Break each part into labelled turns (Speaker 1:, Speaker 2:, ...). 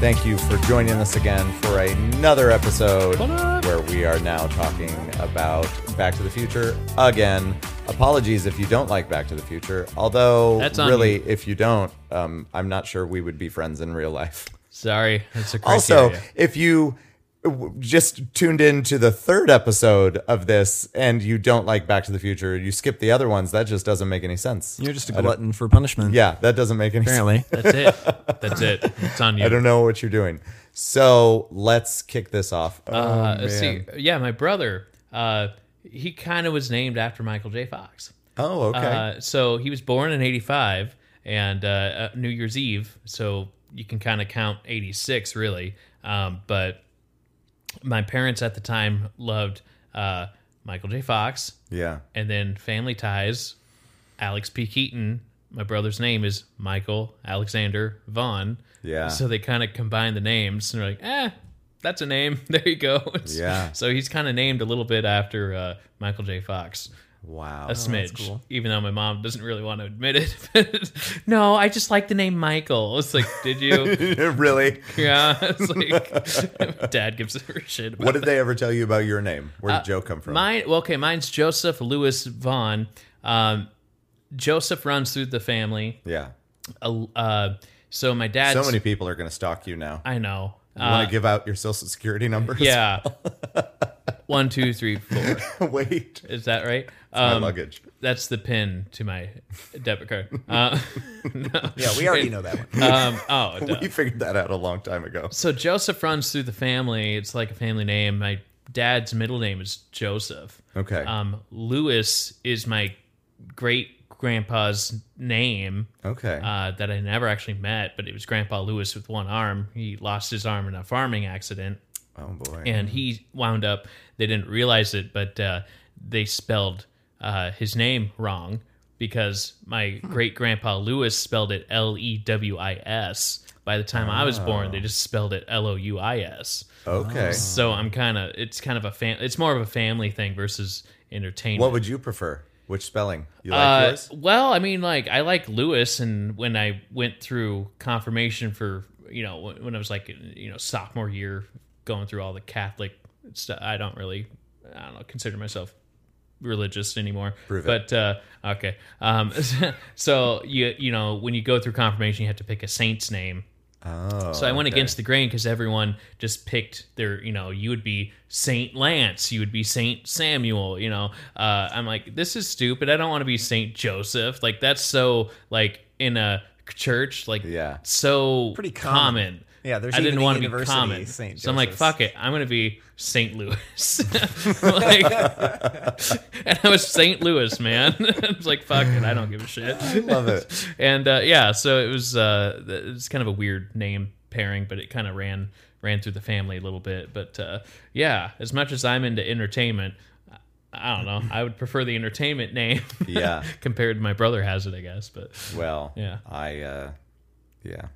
Speaker 1: Thank you for joining us again for another episode
Speaker 2: What?
Speaker 1: where we are now talking about Back to the Future again. Apologies if you don't like Back to the Future, although
Speaker 2: That's on
Speaker 1: really, if you don't, um, I'm not sure we would be friends in real life.
Speaker 2: Sorry, that's a
Speaker 1: Also,
Speaker 2: criteria.
Speaker 1: if you w- just tuned in to the third episode of this and you don't like Back to the Future, you skip the other ones, that just doesn't make any sense.
Speaker 3: You're just a glutton for punishment.
Speaker 1: yeah, that doesn't make any sense.
Speaker 3: Apparently.
Speaker 2: that's it. That's it. It's on you.
Speaker 1: I don't know what you're doing. So let's kick this off.
Speaker 2: uh, let's see. Yeah, my brother. Uh, he kind of was named after Michael J. Fox.
Speaker 1: oh, okay.
Speaker 2: Uh, so he was born in '85 and uh, uh, New Year's Eve. So you can kind of count '86 really. Um, but my parents at the time loved uh, Michael J. Fox
Speaker 1: yeah.
Speaker 2: and then Family Ties. Alex P. Keaton. My brother's name is Michael Alexander Vaughn.
Speaker 1: Yeah.
Speaker 2: So they kind of combine the names and they're like, eh, that's a name. There you go.
Speaker 1: Yeah.
Speaker 2: So he's kind of named a little bit after uh, Michael J. Fox
Speaker 1: Wow.
Speaker 2: a smidge, even though my mom doesn't really want to admit it. no, I just like the name Michael. It's like, did you?
Speaker 1: really?
Speaker 2: yeah, it's like dad gives a shit. About
Speaker 1: What did they ever tell you about your name? Where
Speaker 2: Uh,
Speaker 1: did Joe come from?
Speaker 2: Mine, well, okay, mine's Joseph Lewis Vaughn. Um, Joseph runs through the family.
Speaker 1: yeah.
Speaker 2: Uh, uh, so my dad's.
Speaker 1: So many people are going to stalk you now.
Speaker 2: I know. Uh,
Speaker 1: You want to give out your social security numbers?
Speaker 2: Yeah. One, two, three, four.
Speaker 1: Wait.
Speaker 2: Is that right?
Speaker 1: My
Speaker 2: Um,
Speaker 1: luggage.
Speaker 2: that's the pin to my debit card. Uh, no.
Speaker 3: Yeah, we already know that one.
Speaker 2: Um, oh, duh.
Speaker 1: We figured that out a long time ago.
Speaker 2: so Joseph runs through the family. It's like a family name. My dad's middle name is Joseph.
Speaker 1: Okay.
Speaker 2: Um, Lewis is my great grandpa's name
Speaker 1: okay.
Speaker 2: uh, that I never actually met, but it was Grandpa Lewis with one arm. He lost his arm in a farming accident,
Speaker 1: oh boy.
Speaker 2: and he wound up. They didn't realize it, but uh, they spelled uh, his name wrong because my
Speaker 1: Hmm.
Speaker 2: great grandpa Lewis spelled it L E W I S. By the time I was born, they just spelled it L O U I S.
Speaker 1: okay.
Speaker 2: So I'm kind of it's kind of a fam- it's more of a family thing versus entertainment.
Speaker 1: What would you prefer? Which spelling? You like
Speaker 2: Uh,
Speaker 1: yours?
Speaker 2: well, I mean, like I like Lewis, and when I went through confirmation for you know when when I was like you know sophomore year, going through all the Catholic stuff, I don't really I don't know consider myself religious anymore.
Speaker 1: Prove it.
Speaker 2: but uh, okay, um, so you you know when you go through confirmation, you have to pick a saint's name.
Speaker 1: Oh.
Speaker 2: So I went against the grain because everyone just picked their, you know, you would be Saint Lance, you would be Saint Samuel, you know. Uh, I'm like, this is stupid. I don't want to be Saint Joseph. Like that's so like in a church, like
Speaker 1: Yeah.
Speaker 2: so
Speaker 3: Pretty common. Yeah, there's
Speaker 2: I didn't
Speaker 3: even a
Speaker 2: want to be
Speaker 3: university,
Speaker 2: common,
Speaker 3: Saint
Speaker 2: so I'm like,
Speaker 3: Joseph's.
Speaker 2: fuck it, I'm gonna be Saint Louis. like, and I was Saint Louis, man. I was like, fuck it, I don't give a shit
Speaker 1: Love it.
Speaker 2: and uh, yeah, so it was uh, th- it's kind of a weird name pairing, but it kind of ran ran through the family a little bit. But uh, yeah, as much as I'm into entertainment, I- I don't know. I would prefer the entertainment name
Speaker 1: Yeah.
Speaker 2: compared to my brother has it, I guess. But
Speaker 1: Well.
Speaker 2: Yeah.
Speaker 1: I. uh Yeah.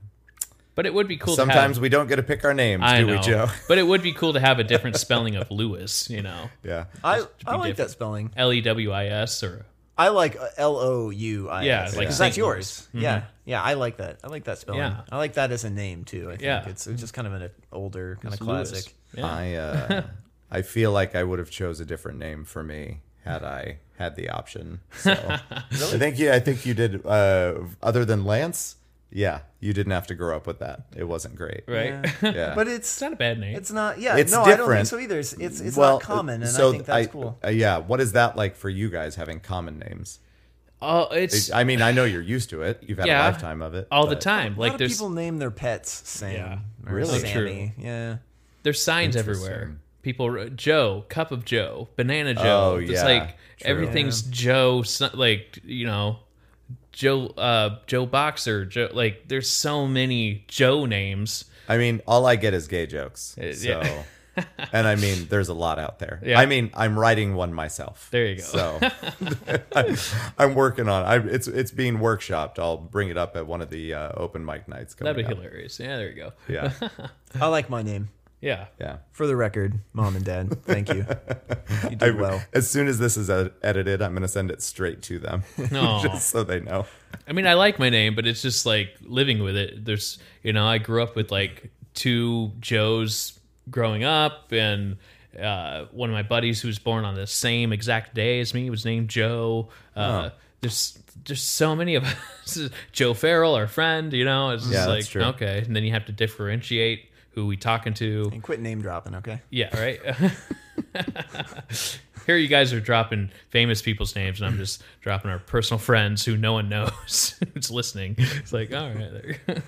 Speaker 2: but it would be cool.
Speaker 1: Sometimes
Speaker 2: to have,
Speaker 1: we don't get to pick our names,
Speaker 2: I
Speaker 1: do
Speaker 2: know,
Speaker 1: we, Joe?
Speaker 2: but it would be cool to have a different spelling of Lewis. You know,
Speaker 1: yeah.
Speaker 3: I, I like
Speaker 2: different.
Speaker 3: that spelling.
Speaker 2: L E W I S or
Speaker 3: I like uh, L O U I.
Speaker 2: Yeah, like
Speaker 3: like
Speaker 2: Saint
Speaker 3: that's yours. Yeah, yeah. I like that. I like that spelling.
Speaker 2: Yeah.
Speaker 3: I like that as a name too. I think
Speaker 2: Yeah.
Speaker 3: it's, it's just kind of an older kind
Speaker 2: It's
Speaker 3: of
Speaker 2: Lewis.
Speaker 3: classic.
Speaker 2: Yeah.
Speaker 1: I uh, I feel like I would have chose a different name for me had I had the option. So I think yeah, I think you did. Uh, other than Lance, yeah, you didn't have to grow up with that. It wasn't great.
Speaker 2: right.
Speaker 1: Yeah,
Speaker 3: But
Speaker 2: it's
Speaker 3: it's
Speaker 2: not a bad name.
Speaker 3: it's not. Yeah,
Speaker 1: It's
Speaker 3: no, I don't
Speaker 1: different.
Speaker 3: think so either. It's it's, it's
Speaker 1: Well,
Speaker 3: not common, and
Speaker 1: so
Speaker 3: I think that's cool.
Speaker 1: uh, yeah, what is that like for you guys having common names?
Speaker 2: oh, it's
Speaker 1: I mean, I know you're used to it. You've had
Speaker 2: Yeah.
Speaker 1: a lifetime of it
Speaker 2: all the
Speaker 1: but-
Speaker 2: time.
Speaker 3: A
Speaker 2: Like
Speaker 3: lot of
Speaker 2: there's
Speaker 3: people name their pets Sam.
Speaker 2: Yeah.
Speaker 3: or
Speaker 1: Really?
Speaker 2: So
Speaker 3: Sammy. Yeah.
Speaker 2: There's signs
Speaker 1: Interesting.
Speaker 2: everywhere. People, Joe, cup of Joe, banana Joe.
Speaker 1: Oh,
Speaker 2: it's
Speaker 1: yeah.
Speaker 2: like
Speaker 1: True.
Speaker 2: everything's Joe. so- Like you know, Joe, uh, Joe Boxer, Joe. Like there's so many Joe names.
Speaker 1: I mean, all I get is gay jokes.
Speaker 2: Uh,
Speaker 1: So.
Speaker 2: yeah.
Speaker 1: And I mean, there's a lot out there.
Speaker 2: Yeah.
Speaker 1: I mean, I'm writing one myself.
Speaker 2: There you go.
Speaker 1: So I'm, I'm working on. I, it's it's being workshopped. I'll bring it up at one of the uh, open mic nights. Coming
Speaker 2: That'd be
Speaker 1: up.
Speaker 2: hilarious. Yeah, there you go.
Speaker 1: Yeah,
Speaker 3: I like my name.
Speaker 2: Yeah,
Speaker 1: yeah.
Speaker 3: For the record, mom and dad, thank you. You
Speaker 1: I,
Speaker 3: did well.
Speaker 1: As soon as this is ed- edited, I'm going to send it straight to them,
Speaker 2: No.
Speaker 1: just so they know.
Speaker 2: I mean, I like my name, but it's just like living with it. There's, you know, I grew up with like two Joes growing up, and uh, one of my buddies who was born on the same exact day as me was named Joe. Uh, There's just so many of us. Joe Farrell, our friend, you know, it's just
Speaker 1: Yeah,
Speaker 2: like
Speaker 1: that's true.
Speaker 2: okay, and then you have to differentiate who we talking to.
Speaker 3: And quit name dropping, okay?
Speaker 2: Yeah, right. Here you guys are dropping famous people's names, and I'm just dropping our personal friends who no one knows who's listening. It's like, all right, there.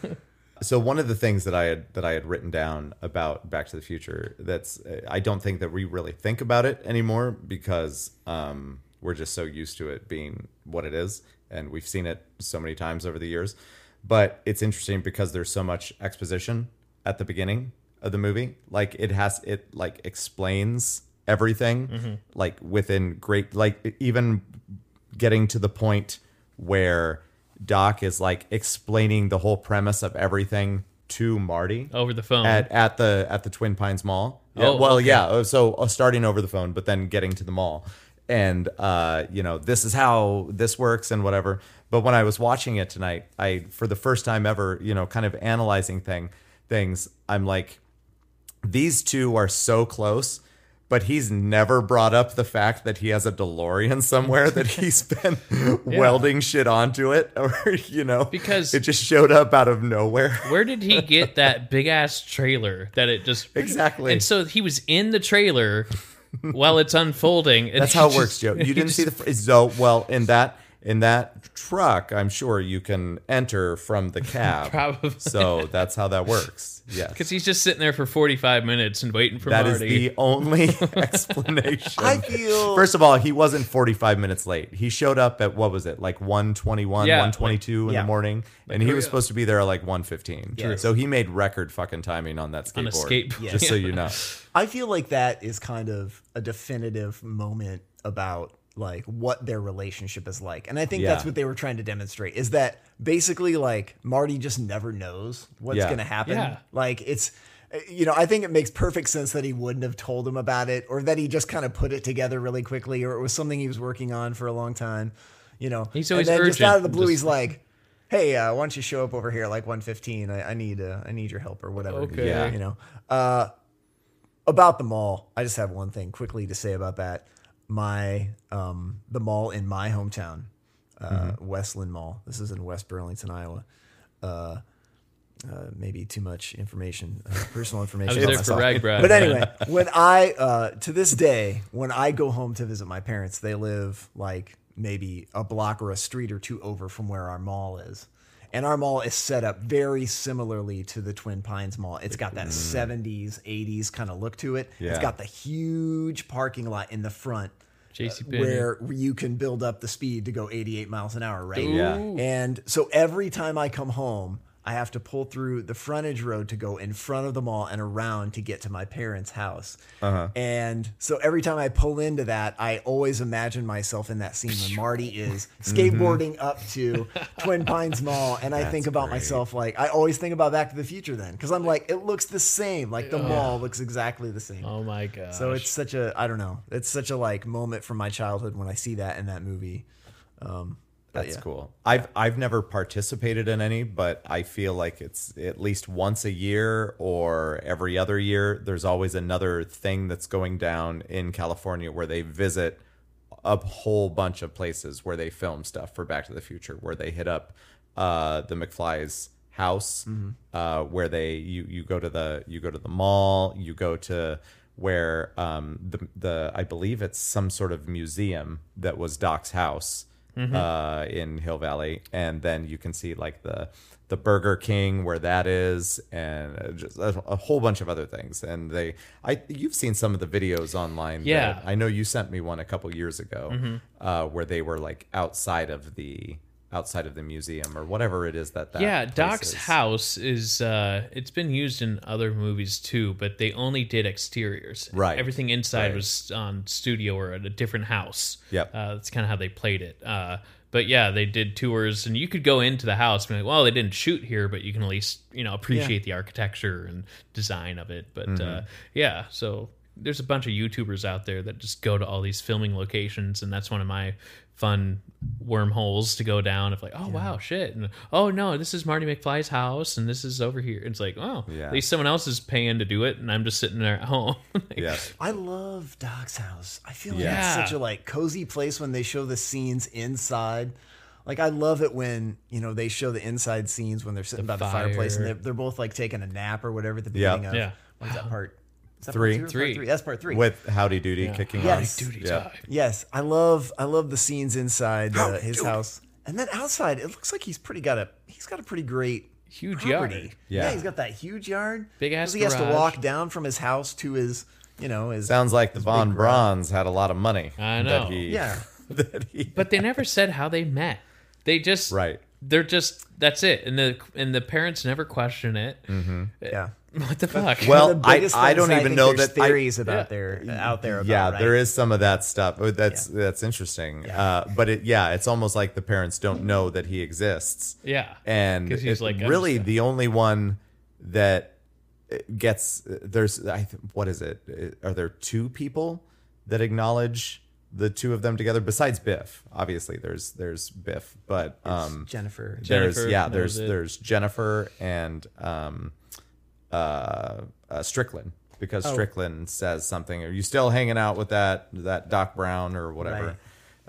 Speaker 1: So one of the things that I had that I had written down about Back to the Future that's I don't think that we really think about it anymore because um, we're just so used to it being what it is, and we've seen it so many times over the years. But it's interesting because there's so much exposition at the beginning of the movie. Like it has it like explains everything like within great like even getting to the point where Doc is like explaining the whole premise of everything to Marty
Speaker 2: over the phone.
Speaker 1: at, at the at the Twin Pines Mall.
Speaker 2: Uh-huh. Oh,
Speaker 1: Yeah, well,
Speaker 2: okay.
Speaker 1: yeah. uh, So uh, starting over the phone, but then getting to the mall, and uh, you know, this is how this works and whatever. But when I was watching it tonight, I for the first time ever, you know, kind of analyzing thing things, I'm like, these two are so close. But he's never brought up the fact that he has a DeLorean somewhere that he's been welding shit onto it, or you know,
Speaker 2: Because-
Speaker 1: it just showed up out of nowhere.
Speaker 2: Where did he get that big ass trailer that it just
Speaker 1: Exactly.
Speaker 2: And so he was in the trailer while it's unfolding. and
Speaker 1: That's
Speaker 2: he
Speaker 1: how it
Speaker 2: just-
Speaker 1: works, Joe. You
Speaker 2: he
Speaker 1: didn't see
Speaker 2: just-
Speaker 1: the fr- so well in that in that truck. I'm sure you can enter from the cab.
Speaker 2: Probably.
Speaker 1: So that's how that works. Yes.
Speaker 2: because he's just sitting there for 45 minutes and waiting for
Speaker 1: That is
Speaker 2: Marty.
Speaker 1: the only explanation.
Speaker 3: I feel-
Speaker 1: First of all, he wasn't 45 minutes late. He showed up at what was it, like 121,
Speaker 2: Yeah,
Speaker 1: 122 in
Speaker 3: yeah.
Speaker 1: the morning, and he
Speaker 2: hurry
Speaker 1: was
Speaker 2: up.
Speaker 1: supposed to be there at like 115.
Speaker 3: True.
Speaker 1: So he made record fucking timing on that skateboard.
Speaker 2: On a skateboard.
Speaker 1: Just so
Speaker 2: Yeah.
Speaker 1: you know.
Speaker 3: I feel like that is kind of a definitive moment about like what their relationship is like. And I think that's
Speaker 1: Yeah.
Speaker 3: what they were trying to demonstrate is that basically like Marty just never knows what's
Speaker 1: Yeah.
Speaker 3: going to happen.
Speaker 2: Yeah.
Speaker 3: Like it's you know, I think it makes perfect sense that he wouldn't have told him about it or that he just kind of put it together really quickly or it was something he was working on for a long time, you know.
Speaker 2: He's always
Speaker 3: and then just out of the
Speaker 2: urgent,
Speaker 3: blue
Speaker 2: just-
Speaker 3: he's like Hey, uh, why don't you show up over here like 115? I, I need uh, I need your help or whatever.
Speaker 2: Okay.
Speaker 1: Yeah.
Speaker 3: You know. Uh about the mall, I just have one thing quickly to say about that. My um, the mall in my hometown, uh,
Speaker 2: Mm-hmm.
Speaker 3: Westland Mall. This is in West Burlington, Iowa. Uh, uh, maybe too much information, uh, personal information.
Speaker 2: was
Speaker 3: about
Speaker 2: there for
Speaker 3: myself.
Speaker 2: Rag Brag,
Speaker 3: But
Speaker 2: man.
Speaker 3: anyway, when I uh, to this day, when I go home to visit my parents, they live like maybe a block or a street or two over from where our mall is. And our mall is set up very similarly to the Twin Pines Mall. It's got that 70s, 80s kind of look to it. It's
Speaker 1: Yeah.
Speaker 3: got the huge parking lot in the front
Speaker 2: JC
Speaker 3: where you can build up the speed to go 88 miles an hour, right?
Speaker 1: Yeah.
Speaker 3: And so every time I come home, I have to pull through the frontage road to go in front of the mall and around to get to my parents' house. And so every time I pull into that, I always imagine myself in that scene when Marty is skateboarding up to Twin Pines Mall. And I think about myself like, I always think about Back to the Future then, because I'm like, it looks the same. Like the mall looks exactly the same.
Speaker 2: Oh my god.
Speaker 3: So it's such a I don't know. It's such a like moment from my childhood when I see that in that movie.
Speaker 1: That's cool. I've I've never participated in any, but I feel like it's at least once a year or every other year. There's always another thing that's going down in California where they visit a whole bunch of places where they film stuff for Back to the Future, where they hit up uh, the McFly's house, uh, where they you you go to the you go to the mall, you go to where um, the the I believe it's some sort of museum that was Doc's house uh, in Hill Valley, and then you can see like the the Burger King where that is, and uh, just a, a whole bunch of other things. And they, I you've seen some of the videos online. that
Speaker 2: Yeah.
Speaker 1: I know you sent me one a couple years ago uh, where they were like outside of the outside of the museum or whatever it is that that
Speaker 2: yeah
Speaker 1: place
Speaker 2: doc's
Speaker 1: is.
Speaker 2: house is uh it's been used in other movies too but they only did exteriors
Speaker 1: Right.
Speaker 2: everything inside
Speaker 1: Right.
Speaker 2: was on studio or at a different house
Speaker 1: Yep.
Speaker 2: uh, that's kind of how they played it uh but yeah they did tours and you could go into the house and be like well they didn't shoot here but you
Speaker 1: Mm-hmm.
Speaker 2: can at least you know appreciate the architecture and design of it but uh yeah so there's a bunch of YouTubers out there that just go to all these filming locations, and that's one of my fun wormholes to go down of like, oh wow, shit, and oh no, this is Marty McFly's house, and this is over here. And it's like, oh,
Speaker 1: Yeah.
Speaker 2: at least someone else is paying to do it, and I'm just sitting there at home. Like,
Speaker 1: Yeah.
Speaker 3: I love Doc's house. I feel like
Speaker 1: Yeah.
Speaker 3: it's such a like cozy place when they show the scenes inside. Like I love it when you know they show the inside scenes when they're sitting by the fireplace and
Speaker 2: fire.
Speaker 3: they're, they're both like taking a nap or whatever at the
Speaker 1: Yeah.
Speaker 3: beginning of
Speaker 2: Yeah.
Speaker 3: what's that part? Is that part
Speaker 1: Three.
Speaker 3: two or part
Speaker 2: Three.
Speaker 3: three. That's part three.
Speaker 1: With Howdy Doody kicking
Speaker 3: Yes.
Speaker 1: on.
Speaker 3: Howdy
Speaker 1: yeah.
Speaker 3: Yes, I love I love the scenes inside uh, his house, and then outside it looks like he's pretty got a he's got a pretty great
Speaker 2: Huge
Speaker 3: property.
Speaker 2: yard.
Speaker 1: Yeah.
Speaker 3: he's got that huge yard.
Speaker 2: Big ass
Speaker 3: 'Cause He has to
Speaker 2: garage.
Speaker 3: walk down from his house to his you know his
Speaker 1: Sounds like the Von Braun's had a lot of money.
Speaker 2: I know.
Speaker 1: That he,
Speaker 3: yeah.
Speaker 1: that he,
Speaker 2: But they never said how they met. They just
Speaker 1: Right.
Speaker 2: They're just that's it, and the and the parents never question it.
Speaker 3: Yeah.
Speaker 2: What the fuck?
Speaker 1: Mm-hmm. Well,
Speaker 3: One of the
Speaker 1: I-
Speaker 3: biggest
Speaker 1: I
Speaker 3: things
Speaker 1: don't even
Speaker 3: think
Speaker 1: know
Speaker 3: there's
Speaker 1: that I-
Speaker 3: theories about
Speaker 2: Yeah.
Speaker 3: there out there. About,
Speaker 1: yeah,
Speaker 3: right?
Speaker 1: there is some of that stuff. Oh, That's that's interesting. Uh, but it, yeah, it's almost like the parents don't know that he exists.
Speaker 2: yeah,
Speaker 1: and
Speaker 2: 'Cause he's
Speaker 1: it-
Speaker 2: like, I'm
Speaker 1: really
Speaker 2: just-
Speaker 1: the only one that uh, gets there's I th- what is it? Uh, Are there two people that acknowledge the two of them together besides Biff? Obviously, there's there's Biff, but um,
Speaker 3: Jennifer.
Speaker 2: Jennifer,
Speaker 1: there's yeah,
Speaker 2: that
Speaker 1: there's
Speaker 2: was it.
Speaker 1: there's Jennifer and um, uh, uh, Strickland because
Speaker 2: Oh.
Speaker 1: Strickland says something. Are you still hanging out with that that Doc Brown or whatever?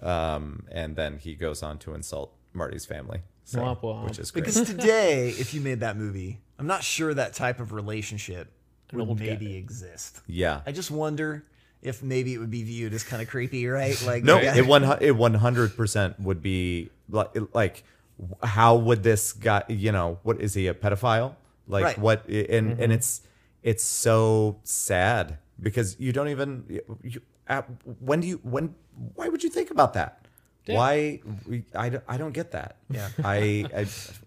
Speaker 1: Um, and then he goes on to insult Marty's family, so,
Speaker 2: Womp womp.
Speaker 1: which is great.
Speaker 3: Because today, if you made that movie, I'm not sure that type of relationship would
Speaker 2: old guy.
Speaker 3: maybe exist.
Speaker 1: yeah.
Speaker 3: I just wonder if maybe it would be viewed as kind of creepy, right? Like
Speaker 1: No,
Speaker 3: yeah.
Speaker 1: it one it one hundred percent would be like like how would this guy you know what is he a pedophile like
Speaker 3: Right.
Speaker 1: what and and it's it's so sad because you don't even you, at, when do you when why would you think about that why we, I, don't- I don't get that
Speaker 3: Yeah.
Speaker 1: I, I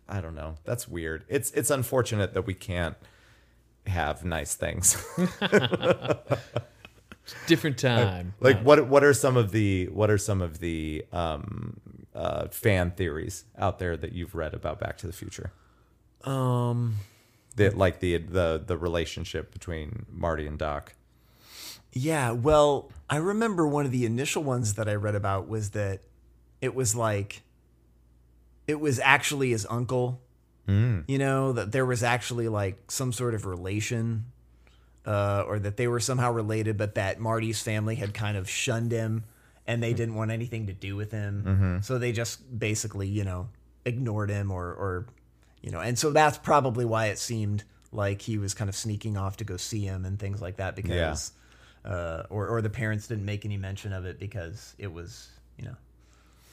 Speaker 1: I don't know that's weird it's it's unfortunate that we can't have nice things eh,
Speaker 2: different time.
Speaker 1: Mm-hmm. Like what what are some of the what are some of the um, uh, fan theories out there that you've read about Back to the Future?
Speaker 3: um,
Speaker 1: That like the the the relationship between Marty and Doc.
Speaker 3: Yeah, well, I remember one of the initial ones that I read about was that it was like it was actually his uncle. You know, that there was actually like some sort of relation uh, or that they were somehow related, but that Marty's family had kind of shunned him and they didn't want anything to do with him. So they just basically, you know, ignored him or, or, you know, and so that's probably why it seemed like he was kind of sneaking off to go see him and things like that because, uh, or, or the parents didn't make any mention of it because it was, you know,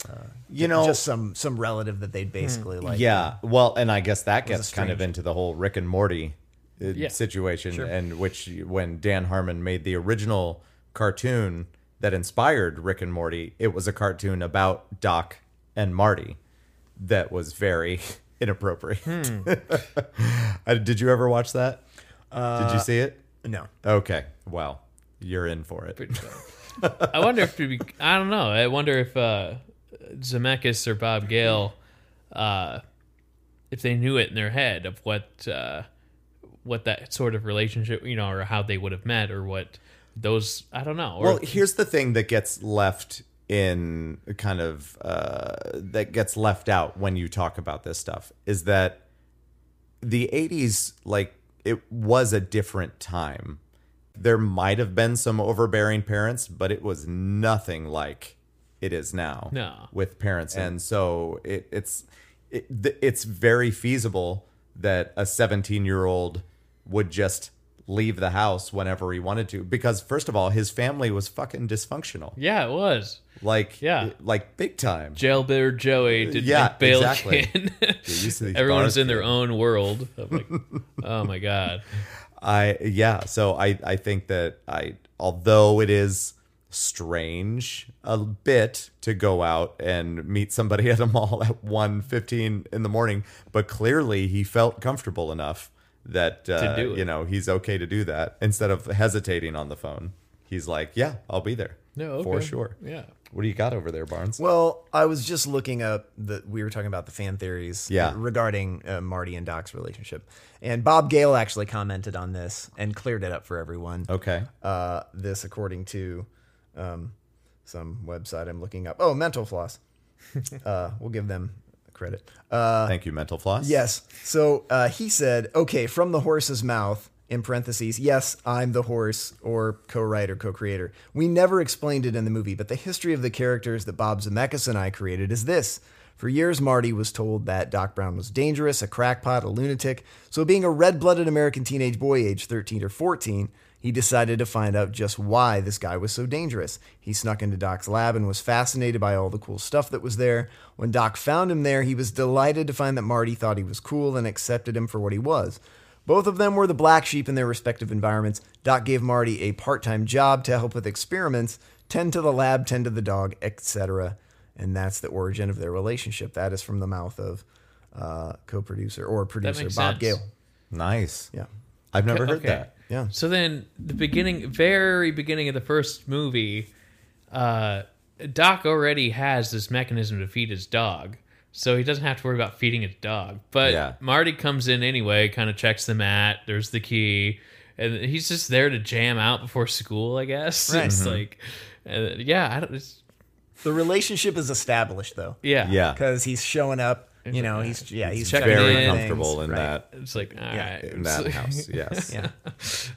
Speaker 3: uh,
Speaker 1: You know,
Speaker 3: just some, some relative that they'd basically like.
Speaker 1: yeah. Well, and I guess that gets kind of
Speaker 3: strange-
Speaker 1: into the whole Rick and Morty uh,
Speaker 2: Yeah.
Speaker 1: situation, and which when Dan Harmon made the original cartoon that inspired Rick and Morty, it was a cartoon about Doc and Marty that was very inappropriate. Uh, Did you ever watch that? Did you see it?
Speaker 3: No.
Speaker 1: Okay. Well, you're in for it.
Speaker 2: I wonder if it'd be- I don't know. I wonder if uh, Zemeckis or Bob Gale, uh, if they knew it in their head of what uh, what that sort of relationship, you know, or how they would have met, or what those. I don't know. Or
Speaker 1: Well, here's the thing that gets left in kind of uh, that gets left out when you talk about this stuff is that the 80s, like, it was a different time. There might have been some overbearing parents, but it was nothing like it is now
Speaker 2: No.
Speaker 1: with parents. And so it, it's it, th- it's very feasible that a 17 year old would just leave the house whenever he wanted to because first of all his family was fucking dysfunctional
Speaker 2: yeah, it was
Speaker 1: like
Speaker 2: Yeah.
Speaker 1: like big time
Speaker 2: Jailbird Joey did
Speaker 1: Uh, Yeah,
Speaker 2: yeah, bail
Speaker 1: exactly.
Speaker 2: in.
Speaker 1: used to these
Speaker 2: Everyone's
Speaker 1: bars
Speaker 2: in their
Speaker 1: kid.
Speaker 2: own world. Of like, oh my god.
Speaker 1: I yeah, so I I think that I although it is strange a bit to go out and meet somebody at a mall at 1:15 in the morning, but clearly he felt comfortable enough that uh,
Speaker 2: do it.
Speaker 1: you know, he's okay to do that instead of hesitating on the phone. He's like, "Yeah, I'll be there."
Speaker 2: No, okay.
Speaker 1: for sure.
Speaker 2: Yeah.
Speaker 1: What do you got over there, Barnes?
Speaker 3: Well, I was just looking up that we were talking about the fan theories
Speaker 1: Yeah.
Speaker 3: regarding uh, Marty and Doc's relationship. And Bob Gale actually commented on this and cleared it up for everyone.
Speaker 1: Okay.
Speaker 3: Uh, this, according to um, some website I'm looking up. Oh, Mental Floss. uh, we'll give them credit. Uh,
Speaker 1: Thank you, Mental Floss.
Speaker 3: Yes. So uh, he said, okay, from the horse's mouth, in parentheses, yes, I'm the horse or co writer, co creator. We never explained it in the movie, but the history of the characters that Bob Zemeckis and I created is this. For years, Marty was told that Doc Brown was dangerous, a crackpot, a lunatic. So, being a red blooded American teenage boy, age 13 or 14, he decided to find out just why this guy was so dangerous. He snuck into Doc's lab and was fascinated by all the cool stuff that was there. When Doc found him there, he was delighted to find that Marty thought he was cool and accepted him for what he was. Both of them were the black sheep in their respective environments. Doc gave Marty a part time job to help with experiments, tend to the lab, tend to the dog, etc. And that's the origin of their relationship. That is from the mouth of uh, co producer or producer Bob
Speaker 2: makes sense.
Speaker 3: Gale.
Speaker 1: Nice.
Speaker 3: Yeah.
Speaker 1: I've never heard
Speaker 2: Okay.
Speaker 1: that.
Speaker 3: Yeah.
Speaker 2: So then, the beginning, very beginning of the first movie, uh, Doc already has this mechanism to feed his dog, so he doesn't have to worry about feeding his dog. But
Speaker 1: Yeah.
Speaker 2: Marty comes in anyway, kind of checks the mat. There's the key, and he's just there to jam out before school, I guess.
Speaker 3: Right.
Speaker 1: Mm-hmm.
Speaker 2: It's like, uh, yeah, I don't, it's,
Speaker 3: The relationship is established, though.
Speaker 2: yeah,
Speaker 1: Yeah.
Speaker 3: because he's showing up. You know, he's yeah, he's
Speaker 2: Checking
Speaker 3: checking
Speaker 1: Very
Speaker 2: in.
Speaker 3: things,
Speaker 1: comfortable in
Speaker 3: right.
Speaker 1: that
Speaker 2: It's like, all right,
Speaker 1: in that house. Yes.
Speaker 3: Yeah,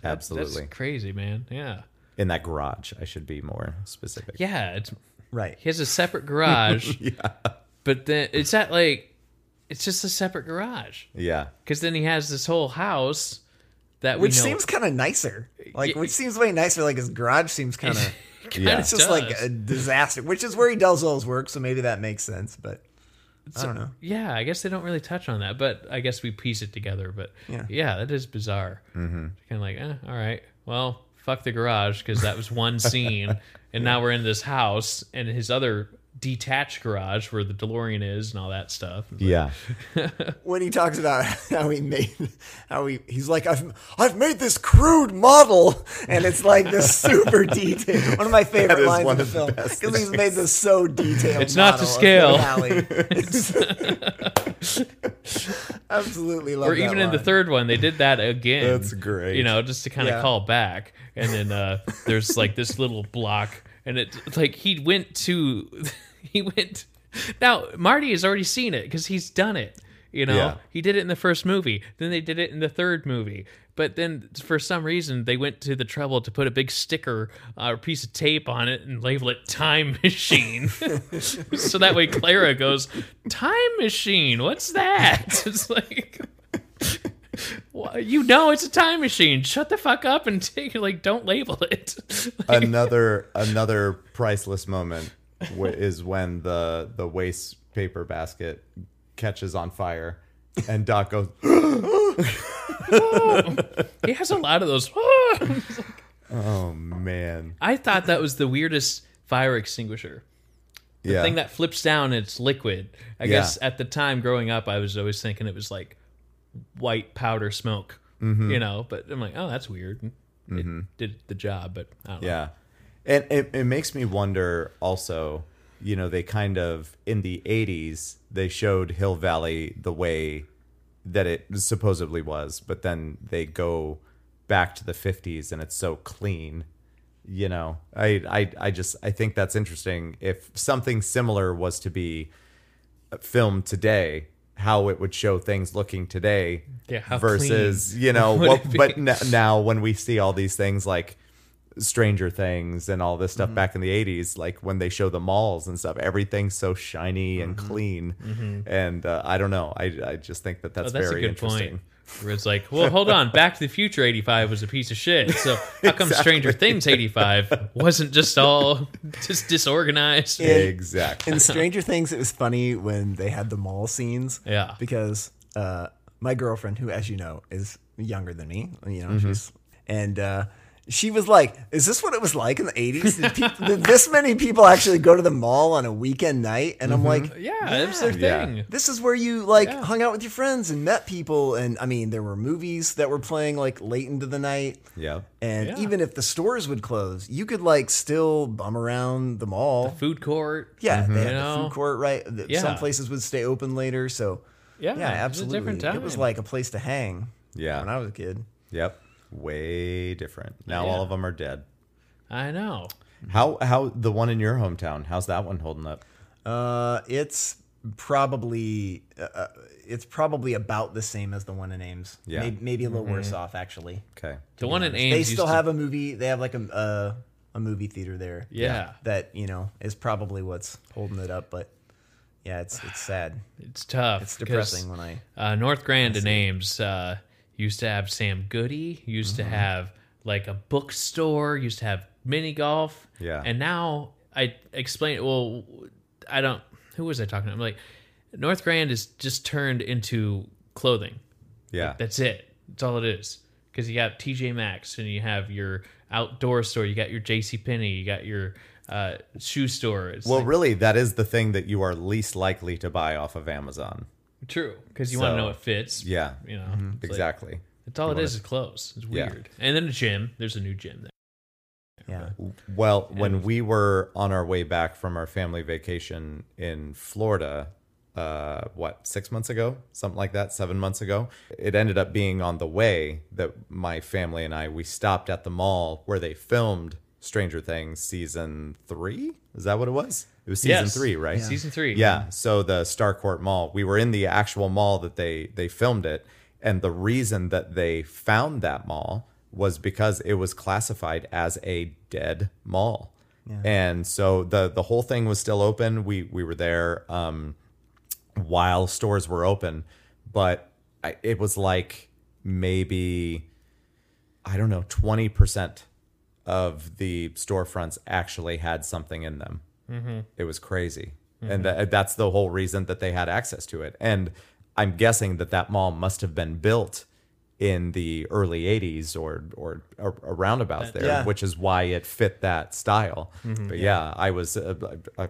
Speaker 1: Absolutely.
Speaker 2: That's crazy, man. Yeah,
Speaker 1: In that garage, I should be more specific.
Speaker 2: yeah, it's
Speaker 3: right.
Speaker 2: He has a separate garage. yeah. But then it's at like it's just a separate garage
Speaker 1: Yeah.
Speaker 2: because then he has this whole house that we
Speaker 3: Which
Speaker 2: know-
Speaker 3: seems kind of nicer. Like,
Speaker 2: Yeah.
Speaker 3: which seems way nicer. Like his garage seems kind of.
Speaker 2: kinda
Speaker 1: Yeah.
Speaker 3: It's just like
Speaker 2: does.
Speaker 3: a disaster, which is where he does all his work. So maybe that makes sense. But I don't know.
Speaker 2: yeah. I guess they don't really touch on that, but I guess we piece it together. But
Speaker 3: Yeah.
Speaker 2: that is bizarre. Mm-hmm. Kind of like, eh, all right, well, fuck the garage because that was one scene, and now we're in this house and his other detached garage where the DeLorean is and all that stuff.
Speaker 1: Yeah.
Speaker 3: When he talks about how he made, how he he's like, I've I've made this crude model, and it's like this super detailed. One of my favorite
Speaker 1: is
Speaker 3: lines
Speaker 1: one
Speaker 3: in the
Speaker 1: of the
Speaker 3: film
Speaker 1: best
Speaker 3: because he's made this so detailed.
Speaker 2: It's not to
Speaker 3: model of
Speaker 2: scale.
Speaker 3: the alley. Absolutely love.
Speaker 2: or even in the
Speaker 3: third.
Speaker 2: third one, they did that again.
Speaker 1: That's great.
Speaker 2: You know, just to kind of
Speaker 3: Yeah.
Speaker 2: call back. And then uh, there's like this little block, and it like he went to, he went. Now Marty has already seen it because he's done it. You know,
Speaker 1: Yeah.
Speaker 2: he did it in the first movie. Then they did it in the third movie. But then, for some reason, they went to the trouble to put a big sticker uh, or piece of tape on it and label it "Time Machine," so that way Clara goes, "Time Machine, what's that?" It's like, well, you know, it's a time machine. Shut the fuck up and take it. Like, don't label it. Like,
Speaker 1: another another priceless moment w- is when the the waste paper basket catches on fire and Doc goes "Oh,
Speaker 2: he has a lot of those.
Speaker 1: oh man
Speaker 2: I thought that was the weirdest fire extinguisher. The
Speaker 1: yeah
Speaker 2: thing that flips down and it's liquid. I
Speaker 1: Yeah.
Speaker 2: guess at the time growing up, I was always thinking it was like white powder smoke,
Speaker 1: Mm-hmm.
Speaker 2: you know, but I'm like, oh, that's weird. It did the job, but I don't know.
Speaker 1: yeah and it, it makes me wonder also you know they kind of in the 80s they showed hill valley the way that it supposedly was but then they go back to the 50s and it's so clean you know i i, I just i think that's interesting if something similar was to be uh, filmed today how it would show things looking today
Speaker 2: Yeah, how
Speaker 1: versus you know
Speaker 2: would
Speaker 1: what
Speaker 2: it be?
Speaker 1: but n- now when we see all these things like stranger things and all this stuff
Speaker 3: Mm-hmm.
Speaker 1: back in the 80s like when they show the malls and stuff everything's so shiny
Speaker 3: Mm-hmm.
Speaker 1: and clean and uh, i don't know i i just think that that's,
Speaker 2: Oh, that's
Speaker 1: very
Speaker 2: a good
Speaker 1: interesting
Speaker 2: point. Where it's like, well, hold on, Back to the Future '85 was a piece of shit. So how come Stranger Things '85 wasn't just all just disorganized?
Speaker 3: Yeah.
Speaker 1: exactly
Speaker 3: In Stranger Things, it was funny when they had the mall scenes.
Speaker 2: Yeah.
Speaker 3: Because
Speaker 2: Mm-hmm.
Speaker 3: uh, my girlfriend, who, as you know, is younger than me, you know, she's and uh, she was like, "Is this what it was like in the '80s? Did, people, did this many people actually go to the mall on a weekend night?" And I'm like,
Speaker 2: Yeah, that's their
Speaker 1: Yeah.
Speaker 2: thing.
Speaker 3: this is where you like
Speaker 2: Mm-hmm. Yeah.
Speaker 3: hung out with your friends and met people and i mean there were movies that were playing like late into the night
Speaker 1: Yeah.
Speaker 3: and
Speaker 2: Yeah.
Speaker 3: even if the stores would close you could like still bum around the mall
Speaker 2: Food court.
Speaker 3: yeah
Speaker 1: Mm-hmm.
Speaker 3: they
Speaker 2: You
Speaker 3: had the
Speaker 2: know?
Speaker 3: food court right The-
Speaker 2: Yeah.
Speaker 3: some places would stay open later so
Speaker 2: Yeah,
Speaker 3: yeah,
Speaker 2: it was a
Speaker 3: absolutely
Speaker 2: different time.
Speaker 3: it was like a place to hang
Speaker 1: Yeah.
Speaker 3: when i was a kid
Speaker 1: Yep. Way different. Now
Speaker 2: Yeah.
Speaker 1: all of them are dead.
Speaker 2: I know.
Speaker 3: Mm-hmm.
Speaker 1: How how the one in your hometown? How's that one holding up?
Speaker 3: uh it's probably uh, uh, it's probably about the same as the one in ames
Speaker 1: Yeah.
Speaker 3: maybe, maybe a little worse off actually
Speaker 1: Okay.
Speaker 2: The one in Mm-hmm. Ames.
Speaker 3: they
Speaker 2: used
Speaker 3: still
Speaker 2: to-
Speaker 3: have a movie. They have like a uh, a movie theater there.
Speaker 2: Yeah.
Speaker 3: that you know is probably what's holding it up. But yeah, it's it's sad.
Speaker 2: It's tough.
Speaker 3: It's
Speaker 2: 'cause,
Speaker 3: depressing when I
Speaker 2: Uh, North Grand and Ames uh, used to have Sam Goody. Used
Speaker 1: Mm-hmm.
Speaker 2: to have like a bookstore. Used to have mini golf.
Speaker 1: Yeah.
Speaker 2: And now I explain. Well, I don't. Who was I talking to? I'm like, North Grand is just turned into clothing.
Speaker 1: Yeah.
Speaker 2: That's it. That's all it is. Because you got TJ Maxx and you have your outdoor store. You got your JC Penney. You got your uh, shoe store. It's
Speaker 1: Well,
Speaker 2: like-
Speaker 1: really, that is the thing that you are least likely to buy off of Amazon.
Speaker 2: true. Because you want to
Speaker 1: So-
Speaker 2: know it fits.
Speaker 1: Yeah. Mm-hmm.
Speaker 2: You know it's like-
Speaker 1: Exactly.
Speaker 2: It's all it
Speaker 1: wanna-
Speaker 2: is is clothes. It's
Speaker 1: Yeah.
Speaker 2: weird. And then a gym. There's a new gym there.
Speaker 3: yeah.
Speaker 1: Well, when we were on our way back from our family vacation in Florida, uh, what, six months ago? Something like that, seven months ago. It ended up being on the way that my family and I, we stopped at the mall where they filmed Stranger Things season three. Is that what it was? It was season
Speaker 2: Yes.
Speaker 1: three, right?
Speaker 2: Season three.
Speaker 1: Yeah. So the Starcourt Mall, we were in the actual mall that they they filmed it, and the reason that they found that mall was because it was classified as a dead mall. And so the the whole thing was still open. We we were there um while stores were open, but I, it was like maybe I don't know, 20% of the storefronts actually had something in them.
Speaker 2: Mm-hmm.
Speaker 1: It was crazy. And tha- that's the whole reason that they had access to it. And I'm guessing that that mall must have been built in the early 80s or or, or around about there,
Speaker 3: Yeah.
Speaker 1: which is why it fit that style.
Speaker 2: Mm-hmm.
Speaker 1: But yeah, I was uh, I, I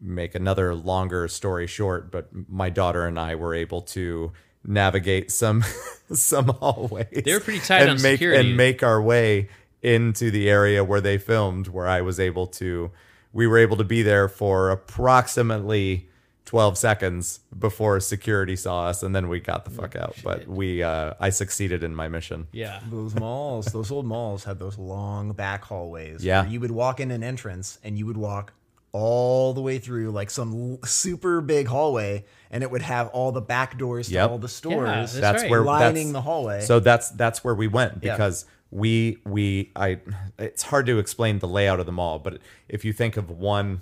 Speaker 1: make another longer story short, but my daughter and I were able to navigate some some hallways
Speaker 2: They were pretty tight
Speaker 1: and
Speaker 2: on
Speaker 1: make,
Speaker 2: security.
Speaker 1: And make our way into the area where they filmed, where I was able to, we were able to be there for approximately 12 seconds before security saw us, and then we got the fuck out. But we, uh, I succeeded in my mission.
Speaker 2: Yeah.
Speaker 3: Those malls, those old malls, had those long back hallways.
Speaker 1: Yeah.
Speaker 3: where you would walk in an entrance and you would walk all the way through like some l- super big hallway, and it would have all the back doors
Speaker 1: Yep.
Speaker 3: to all the
Speaker 2: Yeah,
Speaker 3: stores
Speaker 2: that's
Speaker 1: That's
Speaker 2: right.
Speaker 1: where
Speaker 3: lining
Speaker 1: that's-
Speaker 3: the hallway.
Speaker 1: So that's that's where we went
Speaker 3: Yeah.
Speaker 1: because we we I it's hard to explain the layout of the mall, but if you think of one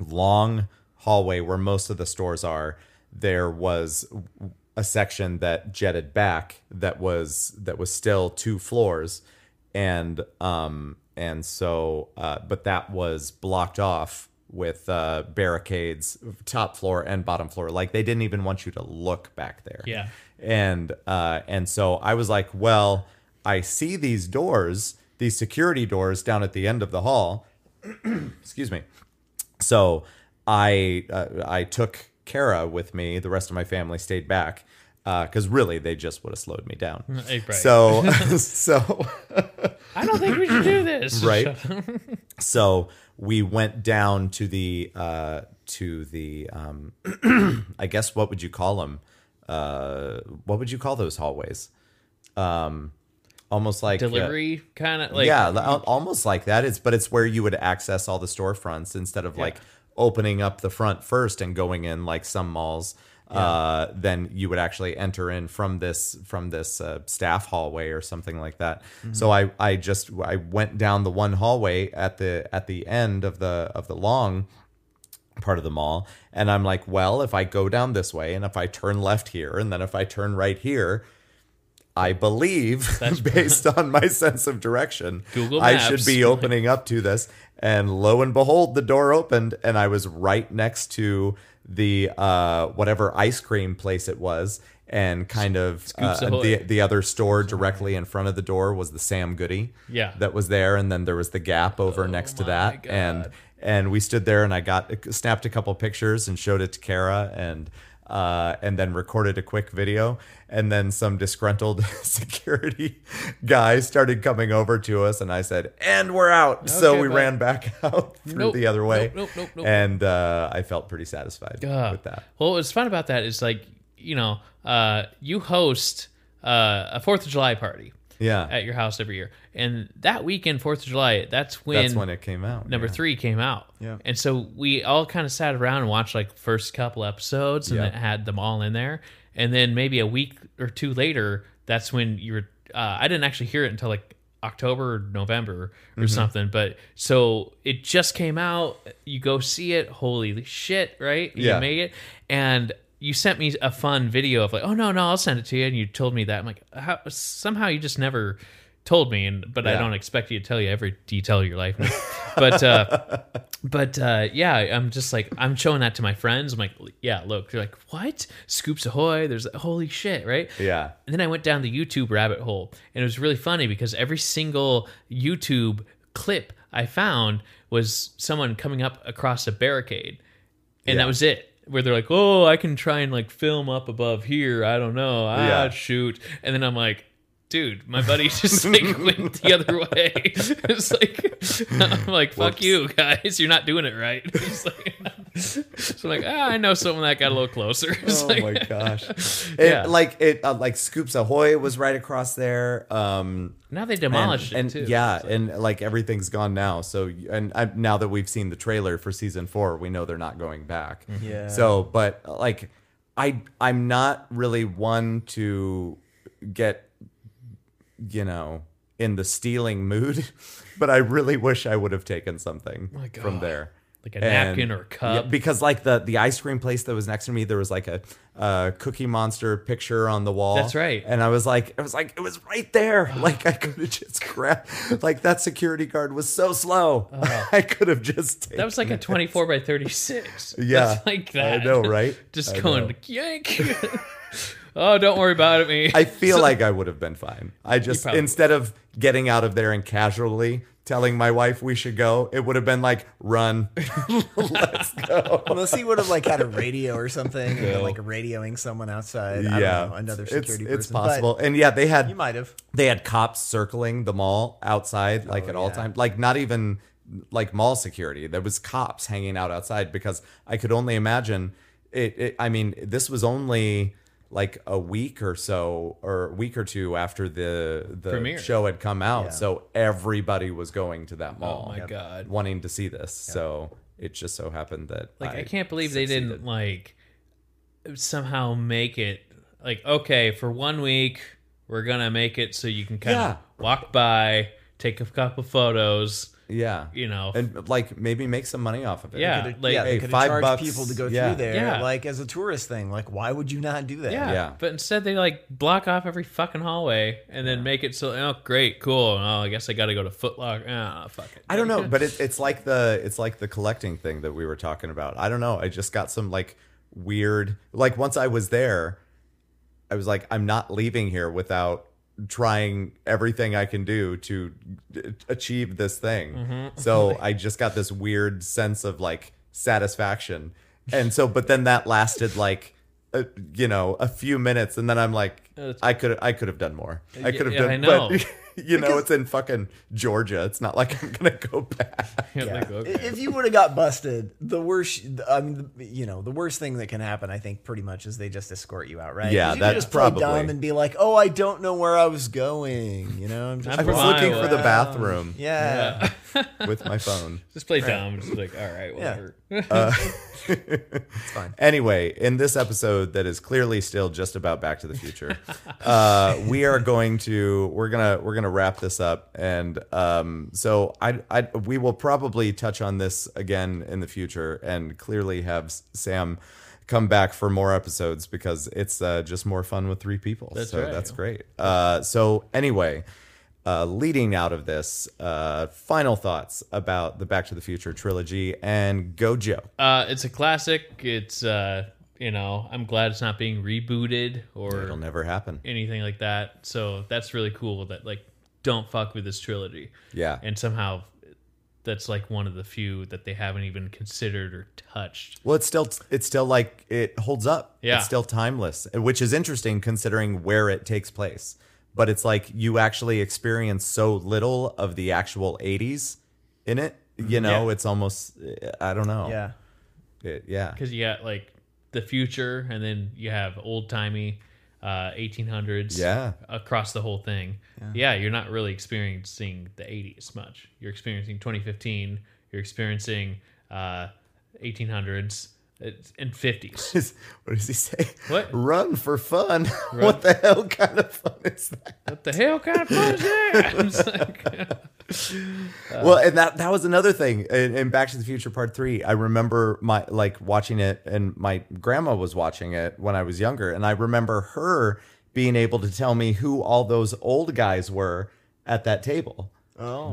Speaker 1: long hallway where most of the stores are, there was a section that jetted back that was that was still two floors and um and so uh but that was blocked off with uh barricades top floor and bottom floor like they didn't even want you to look back there
Speaker 2: Yeah.
Speaker 1: and uh, and so I was like, well, I see these doors, these security doors down at the end of the hall. Excuse me. So I uh, I took Kara with me. The rest of my family stayed back because really they just would have slowed me down.
Speaker 2: Hey, Mm, eh,
Speaker 1: So
Speaker 2: right.
Speaker 1: so
Speaker 2: I don't think we should do this.
Speaker 1: right? so we went down to the uh, to the um, I guess what would you call them? Uh, what would you call those hallways? Um, almost like uh,
Speaker 2: Delivery kind of like
Speaker 1: yeah, al- almost like that. It's but it's where you would access all the storefronts instead of like opening up the front first and going in like some malls. Uh, then you would actually enter in from this from this uh, staff hallway or something like that. So I I just I went down the one hallway at the at the end of the of the long part of the mall and I'm like, well, if I go down this way and if I turn left here and then if I turn right here, I believe, based on my sense of direction,
Speaker 2: Google
Speaker 1: I
Speaker 2: Maps.
Speaker 1: should be opening up to this. And lo and behold, the door opened, and I was right next to the uh, whatever ice cream place it was. and kind of uh,
Speaker 2: Scoops Ahoy.
Speaker 1: the the other store directly in front of the door was the Sam Goody.
Speaker 2: Yeah. Oh
Speaker 1: That was there and then there was the Gap over next to
Speaker 2: my
Speaker 1: that
Speaker 2: God.
Speaker 1: and and we stood there and I got snapped a couple pictures and showed it to Kara and uh, and then recorded a quick video and then some disgruntled security guy started coming over to us and I said and we're out so
Speaker 2: Okay,
Speaker 1: we
Speaker 2: bye.
Speaker 1: ran back out through
Speaker 2: Nope,
Speaker 1: the other way
Speaker 2: nope, nope, nope, nope.
Speaker 1: and uh, I felt pretty satisfied
Speaker 2: Uh,
Speaker 1: with that
Speaker 2: Well, what's fun about that is like you know uh, you host uh, a Fourth of July party
Speaker 1: yeah
Speaker 2: at your house every year, and that weekend Fourth of July that's when,
Speaker 1: that's when it came out
Speaker 2: number
Speaker 1: yeah.
Speaker 2: three came out.
Speaker 1: Yeah.
Speaker 2: And so we all kind of sat around and watched like first couple episodes, and
Speaker 1: Yeah.
Speaker 2: then had them all in there, and then maybe a week or two later, that's when you were. Uh, I didn't actually hear it until like October or November
Speaker 1: Mm-hmm.
Speaker 2: or something, but so it just came out. You go see it. Holy shit! Right? You
Speaker 1: Yeah.
Speaker 2: made it, and you sent me a fun video of like, oh no, no, I'll send it to you, and you told me that. I'm like, how, somehow you just never told me, and but I
Speaker 1: Yeah.
Speaker 2: don't expect you to tell you every detail of your life. now. but uh, but uh, yeah, I'm just like I'm showing that to my friends. I'm like, yeah, look, they're like, what? Scoops ahoy! There's holy shit, right?
Speaker 1: Yeah.
Speaker 2: And then I went down the YouTube rabbit hole, and it was really funny because every single YouTube clip I found was someone coming up across a barricade, and that
Speaker 1: Yeah.
Speaker 2: was it. Where they're like, "Oh, I can try and like film up above here. I don't know. Ah,
Speaker 1: Yeah.
Speaker 2: shoot." And then I'm like, "Dude, my buddy just like went the other way." it's like I'm like, "Fuck
Speaker 1: Whoops.
Speaker 2: you guys, you're not doing it right." It's like- so I'm like, "Ah, I know someone that got a little closer." It's
Speaker 1: Oh
Speaker 2: like-
Speaker 1: my gosh. It,
Speaker 2: Yeah.
Speaker 1: Like it, uh, like Scoops Ahoy was right across there. Um,
Speaker 2: now they
Speaker 1: and-
Speaker 2: demolished
Speaker 1: and,
Speaker 2: it too.
Speaker 1: yeah, and like everything's gone now. So and I, now that we've seen the trailer for season four, we know they're not going back.
Speaker 3: Yeah.
Speaker 1: So, but like, I I'm not really one to get you know in the stealing mood, but I really wish I would have taken something from
Speaker 2: God.
Speaker 1: there
Speaker 2: like a
Speaker 1: and-
Speaker 2: napkin or a
Speaker 1: yeah,
Speaker 2: cup.
Speaker 1: because like the the ice cream place that was next to me, there was like a uh, Cookie Monster picture on the wall.
Speaker 2: That's right.
Speaker 1: And I was like, I was like, it was right there. Like I could have just grabbed. Like that security guard was so slow. I could have just. Taken
Speaker 2: Uh-huh. That was like a 24 by 36.
Speaker 1: Yeah,
Speaker 2: That's like
Speaker 1: I
Speaker 2: that.
Speaker 1: know, right?
Speaker 2: Just
Speaker 1: I
Speaker 2: going
Speaker 1: know.
Speaker 2: like, yank. oh, don't worry about it, me.
Speaker 1: I feel like I would have been fine. I just
Speaker 2: probably
Speaker 1: instead of getting out of there and casually telling my wife we should go, it would have been like run. Let's go.
Speaker 3: Unless he would have like had a radio or something, and been,
Speaker 2: No.
Speaker 3: like radioing someone outside. I
Speaker 1: yeah,
Speaker 3: don't know, another
Speaker 1: It's-
Speaker 3: security person.
Speaker 1: It's,
Speaker 3: but
Speaker 1: possible, and yeah, they had
Speaker 3: You might have.
Speaker 1: they had cops circling the mall outside
Speaker 2: Oh,
Speaker 1: like at all
Speaker 3: yeah.
Speaker 1: times like not even like mall security there was cops hanging out outside because i could only imagine it, it i mean this was only like a week or so or a week or two after the the
Speaker 2: Premiere.
Speaker 1: show had come out
Speaker 3: Yeah.
Speaker 1: so everybody was going to that mall
Speaker 2: oh my god.
Speaker 1: wanting to see this so it just so happened that
Speaker 2: Like I, can't believe they didn't like somehow make it like okay, for one week we're going to make it so you can kind
Speaker 1: Yeah.
Speaker 2: of walk by, take a couple photos,
Speaker 1: yeah
Speaker 2: you know.
Speaker 1: and like maybe make some money off of it
Speaker 2: Yeah.
Speaker 3: Could've-
Speaker 2: Uh, like-
Speaker 3: yeah, they
Speaker 1: Hey,
Speaker 3: could have
Speaker 1: five
Speaker 3: charged
Speaker 1: bucks,
Speaker 3: people to go
Speaker 1: yeah.
Speaker 3: through there,
Speaker 2: Yeah.
Speaker 3: like as a tourist thing. Like, why would you not do that?
Speaker 2: Yeah.
Speaker 1: Yeah.
Speaker 2: But instead, they like block off every fucking hallway and then make it so, oh, great, cool. Oh, I guess I got to go to Foot Locker. Ah, fuck it.
Speaker 1: I don't know, but it, it's like the it's like the collecting thing that we were talking about. I don't know. I just got some like weird like once I was there, I was like, I'm not leaving here without trying everything I can do to d- achieve this thing.
Speaker 2: Mm-hmm,
Speaker 1: So I just got this weird sense of like satisfaction, and so but then that lasted like. uh you know, a few minutes, and then I'm like,
Speaker 2: That's-
Speaker 1: I could, I could have done more. I could have
Speaker 2: Uh, yeah,
Speaker 1: done.
Speaker 2: I
Speaker 1: but-
Speaker 2: know.
Speaker 1: you know, it's in fucking Georgia. It's not like I'm gonna go back.
Speaker 2: Yeah, like,
Speaker 3: I-
Speaker 2: okay.
Speaker 3: If you would have got busted, the worst, I mean, the- you know, the worst thing that can happen, I think, pretty much is they just escort you out, right? 'Cause
Speaker 1: Yeah,
Speaker 3: you could
Speaker 1: that's
Speaker 3: just play dumb
Speaker 1: probably-
Speaker 3: and be like, oh, I don't know where I was going. You know, I'm just.
Speaker 1: I was
Speaker 2: Why
Speaker 1: looking for the
Speaker 2: would-
Speaker 1: bathroom
Speaker 3: Yeah.
Speaker 1: with my phone.
Speaker 2: Just play dumb. Just like, all right, whatever.
Speaker 3: fine.
Speaker 1: Anyway, in this episode that is clearly still just about Back to the Future, uh, we are going to we're gonna we're gonna wrap this up, and um, so I, I we will probably touch on this again in the future, and clearly have S- Sam come back for more episodes because it's uh, just more fun with three people.
Speaker 2: That's
Speaker 1: so
Speaker 2: right.
Speaker 1: that's great. Uh, so anyway. Uh, leading out of this, uh, final thoughts about the Back to the Future trilogy and Go Joe.
Speaker 2: Uh, it's a classic. It's uh, You know, I'm glad it's not being rebooted
Speaker 1: It'll
Speaker 2: or
Speaker 1: never happen.
Speaker 2: anything like that. So that's really cool that like don't fuck with this trilogy.
Speaker 1: Yeah.
Speaker 2: And somehow that's like one of the few that they haven't even considered or touched.
Speaker 1: Well, it's still it's still like it holds up.
Speaker 2: Yeah.
Speaker 1: It's still timeless, which is interesting considering where it takes place. But it's like you actually experience so little of the actual 80s in it. You know, it's almost I don't know.
Speaker 3: Yeah.
Speaker 1: It- yeah.
Speaker 2: Cuz you got like the future and then you have old-timey uh 1800s
Speaker 1: Yeah.
Speaker 2: across the whole thing. Yeah. you're not really experiencing the 80s much. You're experiencing 2015, you're experiencing uh 1800s it's- and 50s.
Speaker 1: what does he say?
Speaker 2: What?
Speaker 1: Run for fun. what the hell kind of fun is that?
Speaker 2: what the hell kind of fun is that? I'm just like,
Speaker 1: well,
Speaker 2: Uh-huh.
Speaker 1: and that that was another thing. In, in Back to the Future Part Three, I remember my like watching it, and my grandma was watching it when I was younger, and I remember her being able to tell me who all those old guys were at that table.
Speaker 3: Oh.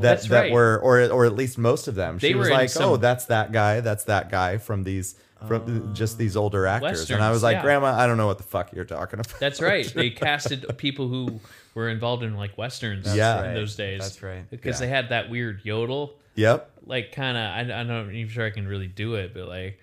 Speaker 1: that
Speaker 2: That's
Speaker 1: that
Speaker 2: right.
Speaker 1: were or or at least most of them.
Speaker 2: They
Speaker 1: she was
Speaker 2: were in
Speaker 1: like,
Speaker 2: some-
Speaker 1: "Oh, that's that guy. That's that guy from these." From just these older actors, and I
Speaker 2: Oh, Westerns,
Speaker 1: was like,
Speaker 2: yeah.
Speaker 1: "Grandma, I don't know what the fuck you're talking about."
Speaker 2: That's right. They casted people who were involved in like westerns
Speaker 1: Yeah.
Speaker 2: in those days.
Speaker 3: That's right.
Speaker 2: Because they had that weird yodel,
Speaker 1: yep.
Speaker 2: like kind of. I, I'm not even sure I can really do it, but like,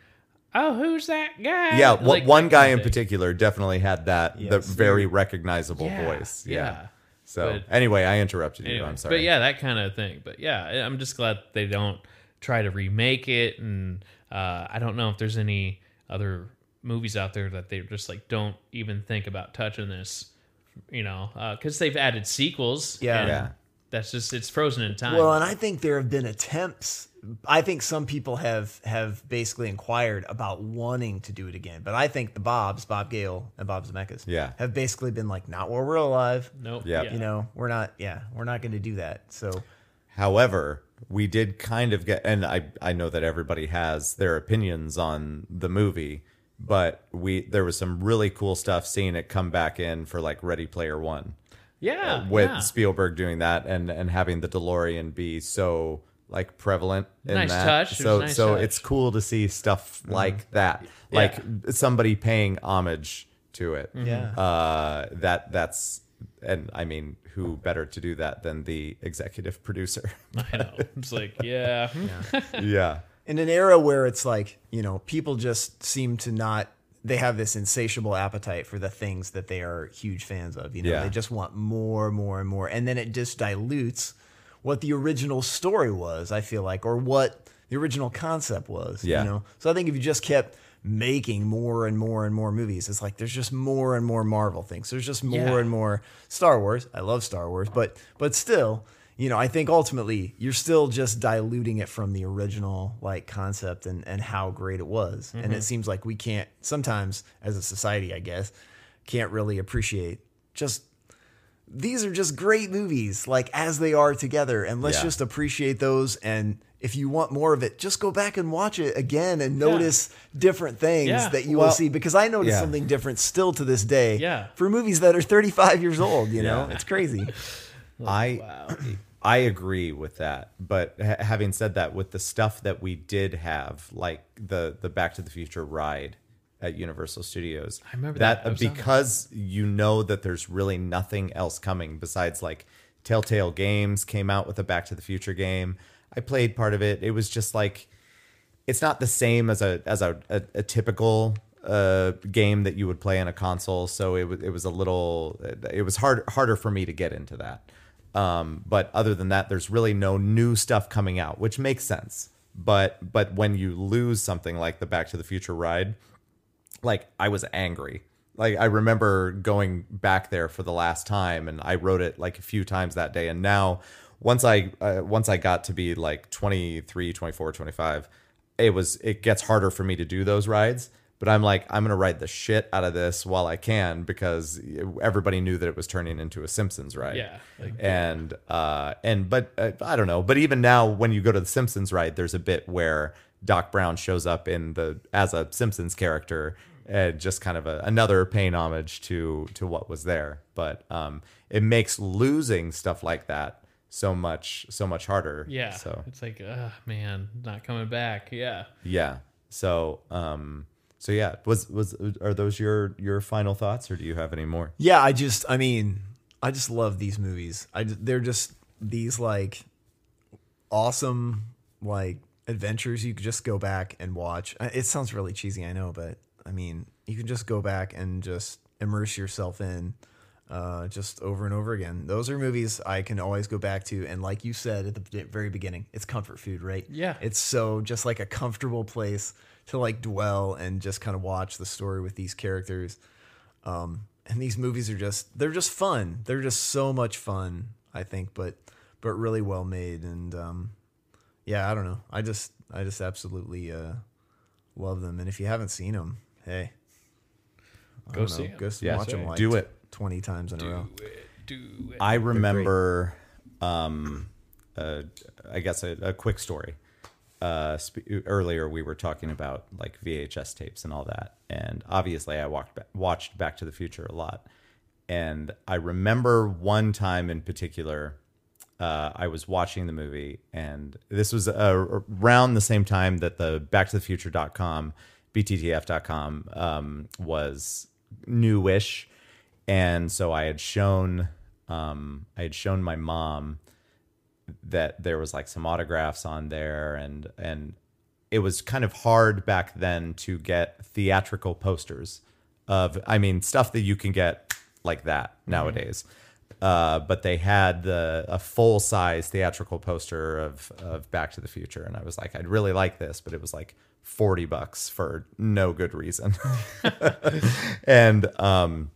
Speaker 2: oh, who's that guy?
Speaker 1: Yeah,
Speaker 2: Like,
Speaker 1: wh- one guy in
Speaker 2: thing.
Speaker 1: particular definitely had that the
Speaker 3: Yes.
Speaker 1: very recognizable
Speaker 2: Yeah,
Speaker 1: voice. Yeah.
Speaker 2: yeah.
Speaker 1: So
Speaker 2: But-
Speaker 1: anyway, I interrupted you.
Speaker 2: Anyway,
Speaker 1: I'm sorry.
Speaker 2: But yeah, that kind of thing. But yeah, I- I'm just glad they don't try to remake it. And uh, I don't know if there's any other movies out there that they just like don't even think about touching this. You know, because they've added sequels.
Speaker 3: Yeah.
Speaker 2: and
Speaker 1: Yeah.
Speaker 2: That's just it's frozen in time.
Speaker 3: Well, and I think there have been attempts. I think some people have have basically inquired about wanting to do it again, but I think the Bobs, Bob Gale and Bob Zemeckis,
Speaker 1: Yeah.
Speaker 3: have basically been like, not while we're alive.
Speaker 2: nope.
Speaker 1: Yeah.
Speaker 3: You know, we're not. Yeah, we're not going to do that. So
Speaker 1: However, we did kind of get, and I I know that everybody has their opinions on the movie, but we there was some really cool stuff seeing it come back in for like Ready Player One
Speaker 2: yeah,
Speaker 1: with
Speaker 2: yeah.
Speaker 1: Spielberg doing that and and having the DeLorean be so like prevalent in
Speaker 2: Nice
Speaker 1: that.
Speaker 2: touch. It was
Speaker 1: So
Speaker 2: nice
Speaker 1: so
Speaker 2: touch.
Speaker 1: it's cool to see stuff like that, like somebody paying homage to it.
Speaker 3: Yeah.
Speaker 1: uh, that that's and I mean, who better to do that than the executive producer?
Speaker 2: I know. It's like yeah, hmm.
Speaker 1: yeah,
Speaker 3: in an era where it's like you know people just seem to not they have this insatiable appetite for the things that they are huge fans of you know
Speaker 1: Yeah.
Speaker 3: they just want more more and more and then it just dilutes what the original story was i feel like or what the original concept was
Speaker 1: Yeah.
Speaker 3: you know so i think if you just kept making more and more and more movies it's like there's just more and more marvel things there's just more
Speaker 2: Yeah.
Speaker 3: and more star wars i love star wars but but still you know i think ultimately you're still just diluting it from the original like concept and and how great it was and it seems like we can't sometimes as a society i guess can't really appreciate just these are just great movies like as they are together and let's
Speaker 1: Yeah.
Speaker 3: just appreciate those and if you want more of it just go back and watch it again and notice different things
Speaker 2: Yeah.
Speaker 3: that you
Speaker 1: Well,
Speaker 3: will see because i noticed
Speaker 1: yeah.
Speaker 3: something different still to this day
Speaker 2: Yeah.
Speaker 3: for movies that are 35 years old you know it's crazy
Speaker 1: I I agree with that. But ha- having said that, with the stuff that we did have, like the the Back to the Future ride at Universal Studios, I
Speaker 2: remember that. I was on that.
Speaker 1: because you know that there's really nothing else coming besides like Telltale Games came out with a Back to the Future game. I played part of it. It was just like it's not the same as a as a, a, a typical uh, game that you would play on a console. So it was it was a little it was hard harder for me to get into that. Um, but other than that, there's really no new stuff coming out, which makes sense. But but when you lose something like the Back to the Future ride, like I was angry. Like I remember going back there for the last time, and I wrote it like a few times that day. And now, once I uh, once I got to be like 23, 24, 25, it was it gets harder for me to do those rides. But I'm like, I'm gonna ride the shit out of this while I can because everybody knew that it was turning into a Simpsons ride
Speaker 2: Yeah, like-
Speaker 1: and uh and but uh, i don't know but even now when you go to the simpsons ride there's a bit where doc brown shows up in the as a simpsons character and just kind of a, another paying homage to to what was there but um it makes losing stuff like that so much so much harder
Speaker 2: yeah.
Speaker 1: so
Speaker 2: It's like, oh man, not coming back. Yeah,
Speaker 1: yeah so um So yeah, was was are those your your final thoughts, or do you have any more?
Speaker 3: Yeah, I just, I mean, I just love these movies. I ju- they're just these like awesome like adventures you could just go back and watch. Uh, It sounds really cheesy, I know, but I mean, you can just go back and just immerse yourself in uh, just over and over again. Those are movies I can always go back to, and like you said at the be- very beginning, it's comfort food, right?
Speaker 2: Yeah.
Speaker 3: it's so just like a comfortable place to like dwell and just kind of watch the story with these characters and these movies are just they're just fun they're just so much fun i think but but really well made and um yeah i don't know i just i just absolutely uh love them and if you haven't seen them hey I
Speaker 2: Go
Speaker 3: don't
Speaker 2: see
Speaker 3: know,
Speaker 2: 'em.
Speaker 3: go s-
Speaker 1: Yeah,
Speaker 3: watch them
Speaker 1: same.
Speaker 3: like
Speaker 1: Do it.
Speaker 3: 20 times in a row
Speaker 2: Do it.
Speaker 1: I remember, um, uh, I guess a, a quick story. Uh, sp- earlier we were talking about like VHS tapes and all that, and obviously I walked ba- watched Back to the Future a lot, and I remember one time in particular. Uh, I was watching the movie, and this was uh, around the same time that the Back to the Future.com, BTTF.com um, was newish, and so I had shown um, I had shown my mom that there was like some autographs on there and and it was kind of hard back then to get theatrical posters of I mean stuff that you can get like that nowadays. Uh, but they had the a full size theatrical poster of of Back to the Future, and I was like, I'd really like this, but it was like forty bucks for no good reason. and um,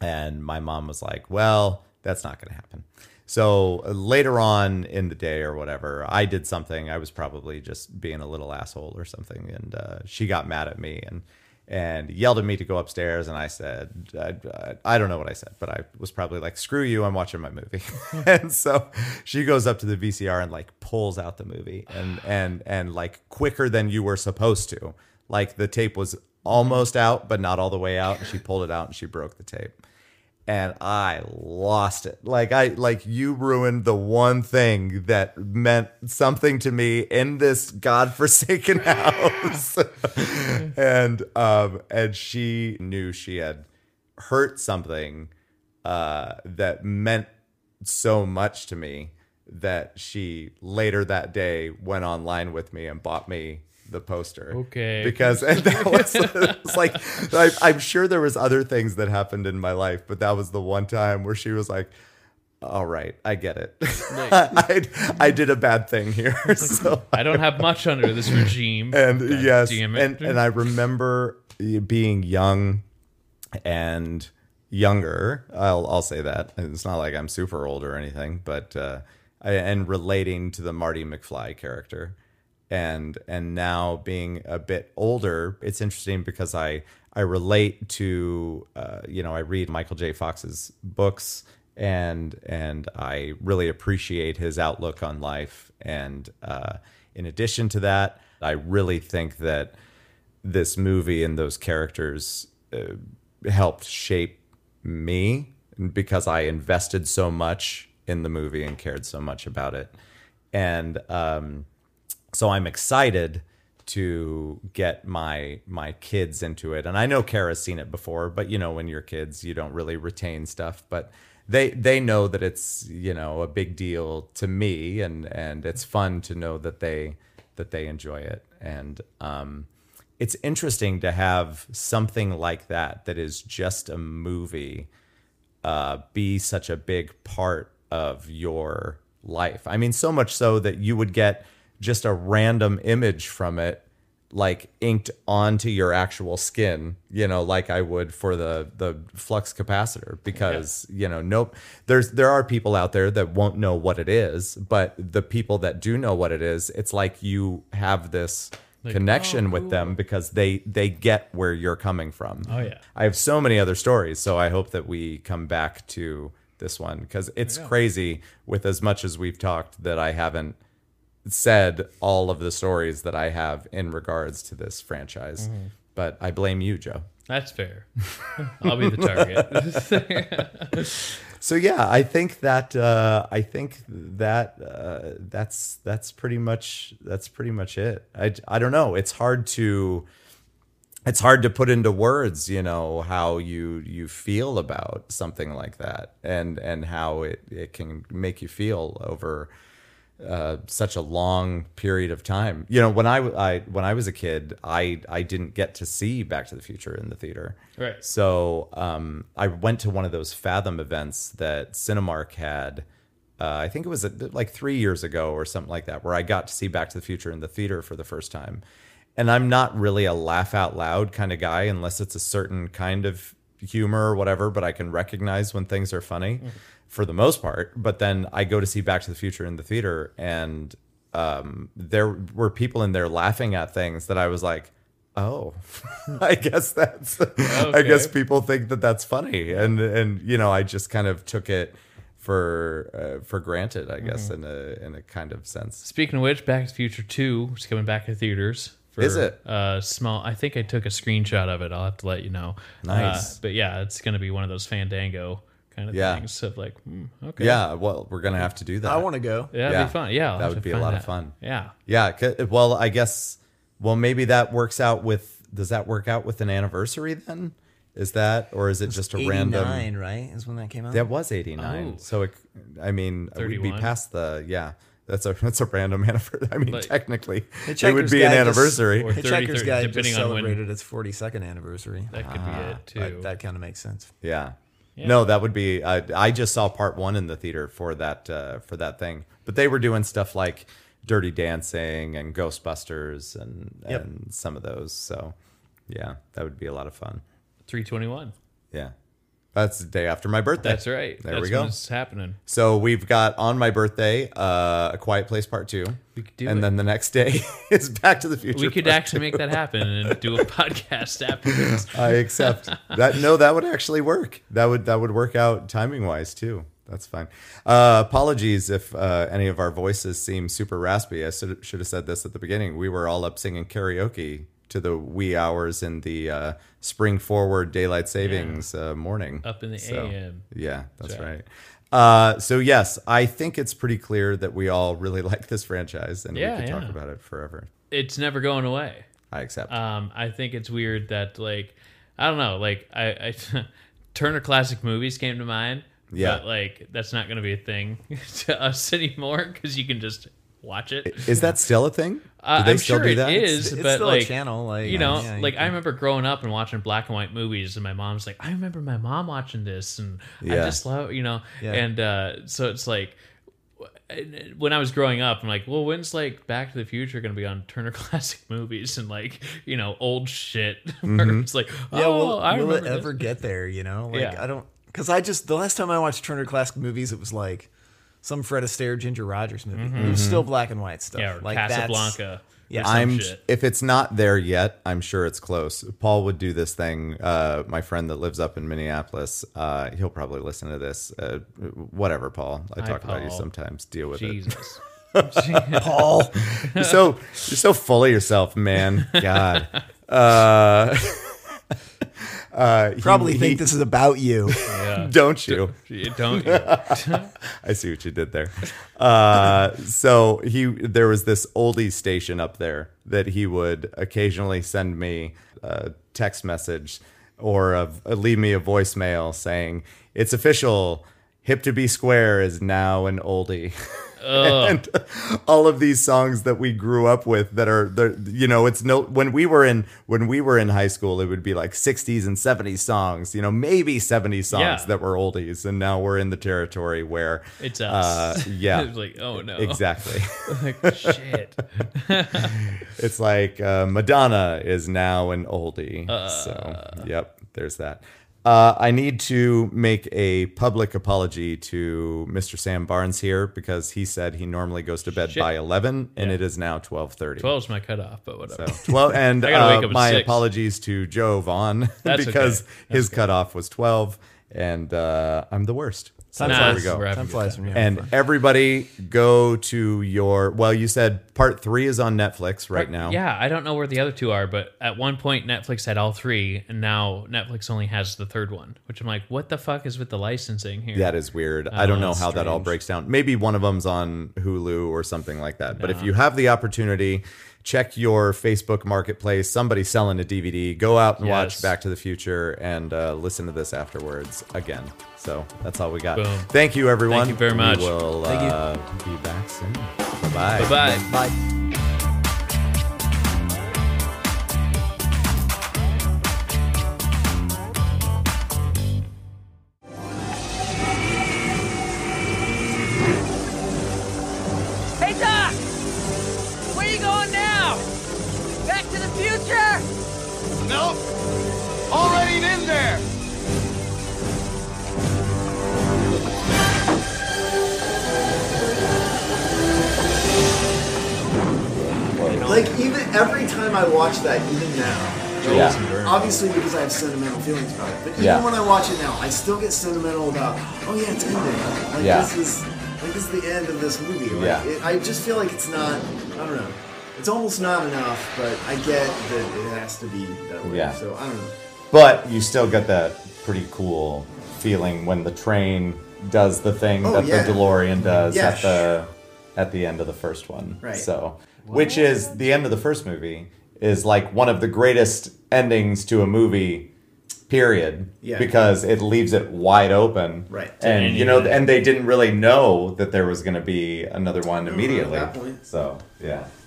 Speaker 1: and my mom was like, well, that's not going to happen. So uh, later on in the day or whatever, I did something. I was probably just being a little asshole or something. And uh, she got mad at me and, and yelled at me to go upstairs. And I said, I, I, I don't know what I said, but I was probably like, screw you, I'm watching my movie. and so she goes up to the VCR and like pulls out the movie and, and, and like quicker than you were supposed to. Like the tape was almost out, but not all the way out. And she pulled it out and she broke the tape and I lost it. Like I like you ruined the one thing that meant something to me in this godforsaken house. and um and she knew she had hurt something uh that meant so much to me that she later that day went online with me and bought me the poster
Speaker 2: Okay.
Speaker 1: because and that was, it was like I, i'm sure there was other things that happened in my life but that was the one time where she was like all right i get it I, I did a bad thing here so
Speaker 2: I don't have much under this regime.
Speaker 1: and
Speaker 2: God
Speaker 1: yes
Speaker 2: damn it.
Speaker 1: and and i remember being young and younger i'll i'll say that And it's not like i'm super old or anything but uh I, and relating to the marty mcfly character and and now being a bit older it's interesting because i i relate to uh you know i read michael j fox's books and and i really appreciate his outlook on life and uh in addition to that i really think that this movie and those characters uh, helped shape me because I invested so much in the movie and cared so much about it. And um, so I'm excited to get my my kids into it. And I know Kara's seen it before, but you know when you're kids, you don't really retain stuff, but they they know that it's, you know, a big deal to me and and it's fun to know that they that they enjoy it. And um it's interesting to have something like that that is just a movie uh, be such a big part of your life. I mean, so much so that you would get just a random image from it, like inked onto your actual skin, you know, like I would for the the flux capacitor, because you know, nope. There's there are people out there that won't know what it is, but the people that do know what it is, it's like you have this
Speaker 2: "Oh,
Speaker 1: connection with them because they they get where you're coming from.
Speaker 2: Oh, yeah.
Speaker 1: I have so many other stories, so I hope that we come back to this one because it's crazy with as much as we've talked that I haven't said all of the stories that I have in regards to this franchise. But I blame you, Joe.
Speaker 2: That's fair. I'll be the target.
Speaker 1: So yeah, I think that uh, I think that uh, that's that's pretty much that's pretty much it. I I don't know. It's hard to it's hard to put into words you know how you you feel about something like that and and how it it can make you feel over uh, such a long period of time you know when I, w- I- when i was a kid i i didn't get to see back to the future in the theater
Speaker 2: Right.
Speaker 1: so um i went to one of those fathom events that cinemark had uh, I think it was uh, like three years ago or something like that, where I got to see Back to the Future in the theater for the first time. And I'm not really a laugh out loud kind of guy unless it's a certain kind of humor or whatever, but I can recognize when things are funny for the most part. But then I go to see Back to the Future in the theater, and um, there were people in there laughing at things that I was like, oh, I guess that's, I guess
Speaker 2: Okay.
Speaker 1: people think that that's funny and and you know i just kind of took it for uh, for granted i guess
Speaker 3: Mm-hmm.
Speaker 1: in a in a kind of sense
Speaker 2: Speaking of which, Back to the Future Two is coming back to theaters. For,
Speaker 1: Is it?
Speaker 2: Uh, small. I think I took a screenshot of it. I'll have to let you know.
Speaker 1: Nice.
Speaker 2: Uh, but yeah, it's gonna be one of those Fandango kind of
Speaker 1: Yeah.
Speaker 2: things of like, mm, okay,
Speaker 1: yeah well we're gonna have to do that
Speaker 3: I want to go.
Speaker 2: yeah, that'd
Speaker 1: Yeah.
Speaker 2: be fun. Yeah, I'll
Speaker 1: That
Speaker 2: have
Speaker 1: would
Speaker 2: to
Speaker 1: be a
Speaker 2: find
Speaker 1: lot of
Speaker 2: that.
Speaker 1: fun.
Speaker 2: Yeah,
Speaker 1: yeah 'ca- well i guess well maybe that works out with does that work out with an anniversary then is that or is it just a random
Speaker 3: 89, right? Is when that came out.
Speaker 1: that was 89
Speaker 2: Oh.
Speaker 1: so it i mean we'd be
Speaker 2: 31.
Speaker 1: past the yeah that's a that's a random anniversary i mean
Speaker 2: Like-
Speaker 1: technically it would
Speaker 3: Checkers
Speaker 1: be an
Speaker 3: guy just-
Speaker 1: anniversary
Speaker 2: Or 30,
Speaker 3: Hitchhiker's
Speaker 2: 30,
Speaker 3: Guide
Speaker 2: depending
Speaker 3: just
Speaker 2: on when-
Speaker 3: celebrated its 42nd anniversary.
Speaker 2: that could
Speaker 1: Ah,
Speaker 2: be it too.
Speaker 3: That, kind of makes sense.
Speaker 1: Yeah. No, that would be. I, I just saw part one in the theater for that uh, for that thing, but they were doing stuff like Dirty Dancing and Ghostbusters and
Speaker 3: Yep.
Speaker 1: and some of those. So, yeah, that would be a lot of fun.
Speaker 2: Three twenty one.
Speaker 1: Yeah, that's the day after my birthday.
Speaker 2: That's right.
Speaker 1: There
Speaker 2: That's
Speaker 1: we go.
Speaker 2: When it's happening.
Speaker 1: So we've got on my birthday, uh, A Quiet Place Part Two,
Speaker 2: We could do
Speaker 1: and
Speaker 2: it.
Speaker 1: then the next day is Back to the Future.
Speaker 2: We could
Speaker 1: Part
Speaker 2: actually make that happen and do a podcast afterwards.
Speaker 1: I accept that. No, that would actually work. That would that would work out timing wise too. That's fine. Uh, apologies if uh, any of our voices seem super raspy. I should, should have said this at the beginning. We were all up singing karaoke to the wee hours in the uh, spring forward daylight savings uh, morning.
Speaker 2: Up in the
Speaker 1: So-
Speaker 2: AM.
Speaker 1: yeah, that's
Speaker 2: That's
Speaker 1: right. Uh, so yes, I think it's pretty clear that we all really like this franchise, and
Speaker 2: Yeah,
Speaker 1: we could
Speaker 2: yeah.
Speaker 1: talk about it forever.
Speaker 2: It's never going away.
Speaker 1: I accept.
Speaker 2: Um, I think it's weird that like I don't know, like I, I Turner Classic Movies came to mind.
Speaker 1: Yeah.
Speaker 2: but like that's not going to be a thing to us anymore because you can just watch it.
Speaker 1: is that still a thing? Do
Speaker 2: Uh, I'm sure it is,
Speaker 3: It's,
Speaker 2: but
Speaker 3: still
Speaker 2: like
Speaker 3: a channel. Like
Speaker 2: you know,
Speaker 3: yeah,
Speaker 2: like I remember growing up and watching black and white movies, and my mom's like, I remember my mom watching this, and I
Speaker 1: Yeah.
Speaker 2: just love, you know,
Speaker 3: Yeah.
Speaker 2: and uh, so it's like w- when I was growing up, I'm like, well, when's like Back to the Future gonna be on Turner Classic Movies and like you know old shit? Where it's like, oh,
Speaker 3: Mm-hmm. yeah, will,
Speaker 2: I
Speaker 3: will it
Speaker 2: remember
Speaker 3: ever
Speaker 2: this.
Speaker 3: get there? You know, like
Speaker 2: Yeah.
Speaker 3: I don't, because I just the last time I watched Turner Classic movies, it was like some Fred Astaire, Ginger Rogers movie. It was still black and white stuff.
Speaker 2: Mm-hmm. yeah, or
Speaker 3: like that's-
Speaker 2: Casablanca.
Speaker 3: yeah.
Speaker 2: or some
Speaker 1: I'm
Speaker 2: shit.
Speaker 1: if it's not there yet, I'm sure it's close. Paul would do this thing. Uh, my friend that lives up in Minneapolis, uh, he'll probably listen to this. Uh, whatever, Paul. I
Speaker 2: Hi,
Speaker 1: talk about you
Speaker 2: Paul.
Speaker 1: sometimes. Deal with it.
Speaker 2: Jesus.
Speaker 1: Paul, you're so you're so full of yourself, man. God. Uh, uh, he-
Speaker 3: Probably
Speaker 1: he-
Speaker 3: think
Speaker 2: Mm-hmm.
Speaker 3: this is about you.
Speaker 2: Yeah.
Speaker 1: Don't you?
Speaker 2: Don't you?
Speaker 1: I see what you did there. Uh, so he, there was this oldie station up there that he would occasionally send me a text message or a, leave me a voicemail saying, "It's official. Hip to be square is now an oldie." and all of these songs that we grew up with that are the you know it's no when we were in when we were in high school it would be like 60s and 70s songs you know maybe 70s songs
Speaker 2: Yeah.
Speaker 1: that were oldies and now we're in the territory where
Speaker 2: It's us.
Speaker 1: Uh, yeah.
Speaker 2: it's like, oh no.
Speaker 1: exactly
Speaker 2: Like, shit.
Speaker 1: it's like uh, Madonna is now an oldie
Speaker 2: Uh.
Speaker 1: so yep there's that uh, I need to make a public apology to Mr. Sam Barnes here because he said he normally goes to bed
Speaker 2: Shit.
Speaker 1: by 11 and it is now 12:30.
Speaker 2: 12's my cutoff, but whatever.
Speaker 1: So, 12 and
Speaker 2: I gotta
Speaker 1: uh,
Speaker 2: wake up at
Speaker 1: my
Speaker 2: six.
Speaker 1: apologies to Joe Vaughn
Speaker 2: That's
Speaker 1: because
Speaker 2: okay.
Speaker 1: his cutoff was 12 and uh, I'm the worst. So
Speaker 3: Time
Speaker 2: Nah,
Speaker 1: there
Speaker 3: flies.
Speaker 1: we go.
Speaker 2: we're having
Speaker 3: Time
Speaker 2: a good
Speaker 3: flies when you're having
Speaker 1: And
Speaker 3: fun.
Speaker 1: everybody go to your well you said part 3 is on Netflix right now.
Speaker 2: Yeah, I don't know where the other two are, but at one point Netflix had all three, and now Netflix only has the third one, which I'm like, what the fuck is with the licensing here?
Speaker 1: That is weird.
Speaker 2: Oh,
Speaker 1: I don't know how
Speaker 3: that's
Speaker 1: that all
Speaker 3: strange.
Speaker 1: breaks down. Maybe one of them's on Hulu or something like that. But if you have the opportunity check your Facebook marketplace. Somebody's selling a DVD. Go out and
Speaker 2: Yes.
Speaker 1: watch Back to the Future and uh, listen to this afterwards again. So that's all we got.
Speaker 2: Boom.
Speaker 1: Thank you, everyone.
Speaker 2: you very much.
Speaker 1: We will
Speaker 3: Thank you.
Speaker 1: uh, be back soon. Bye-bye.
Speaker 2: Bye bye.
Speaker 3: Bye.
Speaker 4: Hey, Doc! Where you going now? Back to the future?
Speaker 5: Nope. Already in there.
Speaker 3: Like even every time I watch that, even now,
Speaker 1: Yeah.
Speaker 3: obviously because I have sentimental feelings about it. But even
Speaker 1: Yeah.
Speaker 3: when I watch it now, I still get sentimental about, oh yeah, it's ending. Like
Speaker 1: Yeah.
Speaker 3: this is like this is the end of this movie. Like,
Speaker 1: Yeah.
Speaker 3: it, I just feel like it's not. I don't know. It's almost not enough, but I get that it has to be that way.
Speaker 1: Yeah.
Speaker 3: So I don't know.
Speaker 1: But you still get that pretty cool feeling when the train does the thing
Speaker 3: Oh,
Speaker 1: that
Speaker 3: yeah.
Speaker 1: the DeLorean does
Speaker 3: Yeah.
Speaker 1: at the at the end of the first one.
Speaker 3: Right.
Speaker 1: So, which is the end of the first movie is like one of the greatest endings to a movie period
Speaker 3: Yeah.
Speaker 1: because it leaves it wide open.
Speaker 3: Right.
Speaker 1: And you know and they didn't really know that there was going to be another one
Speaker 3: Uh-huh. at
Speaker 1: immediately.
Speaker 3: that point.
Speaker 1: So, yeah.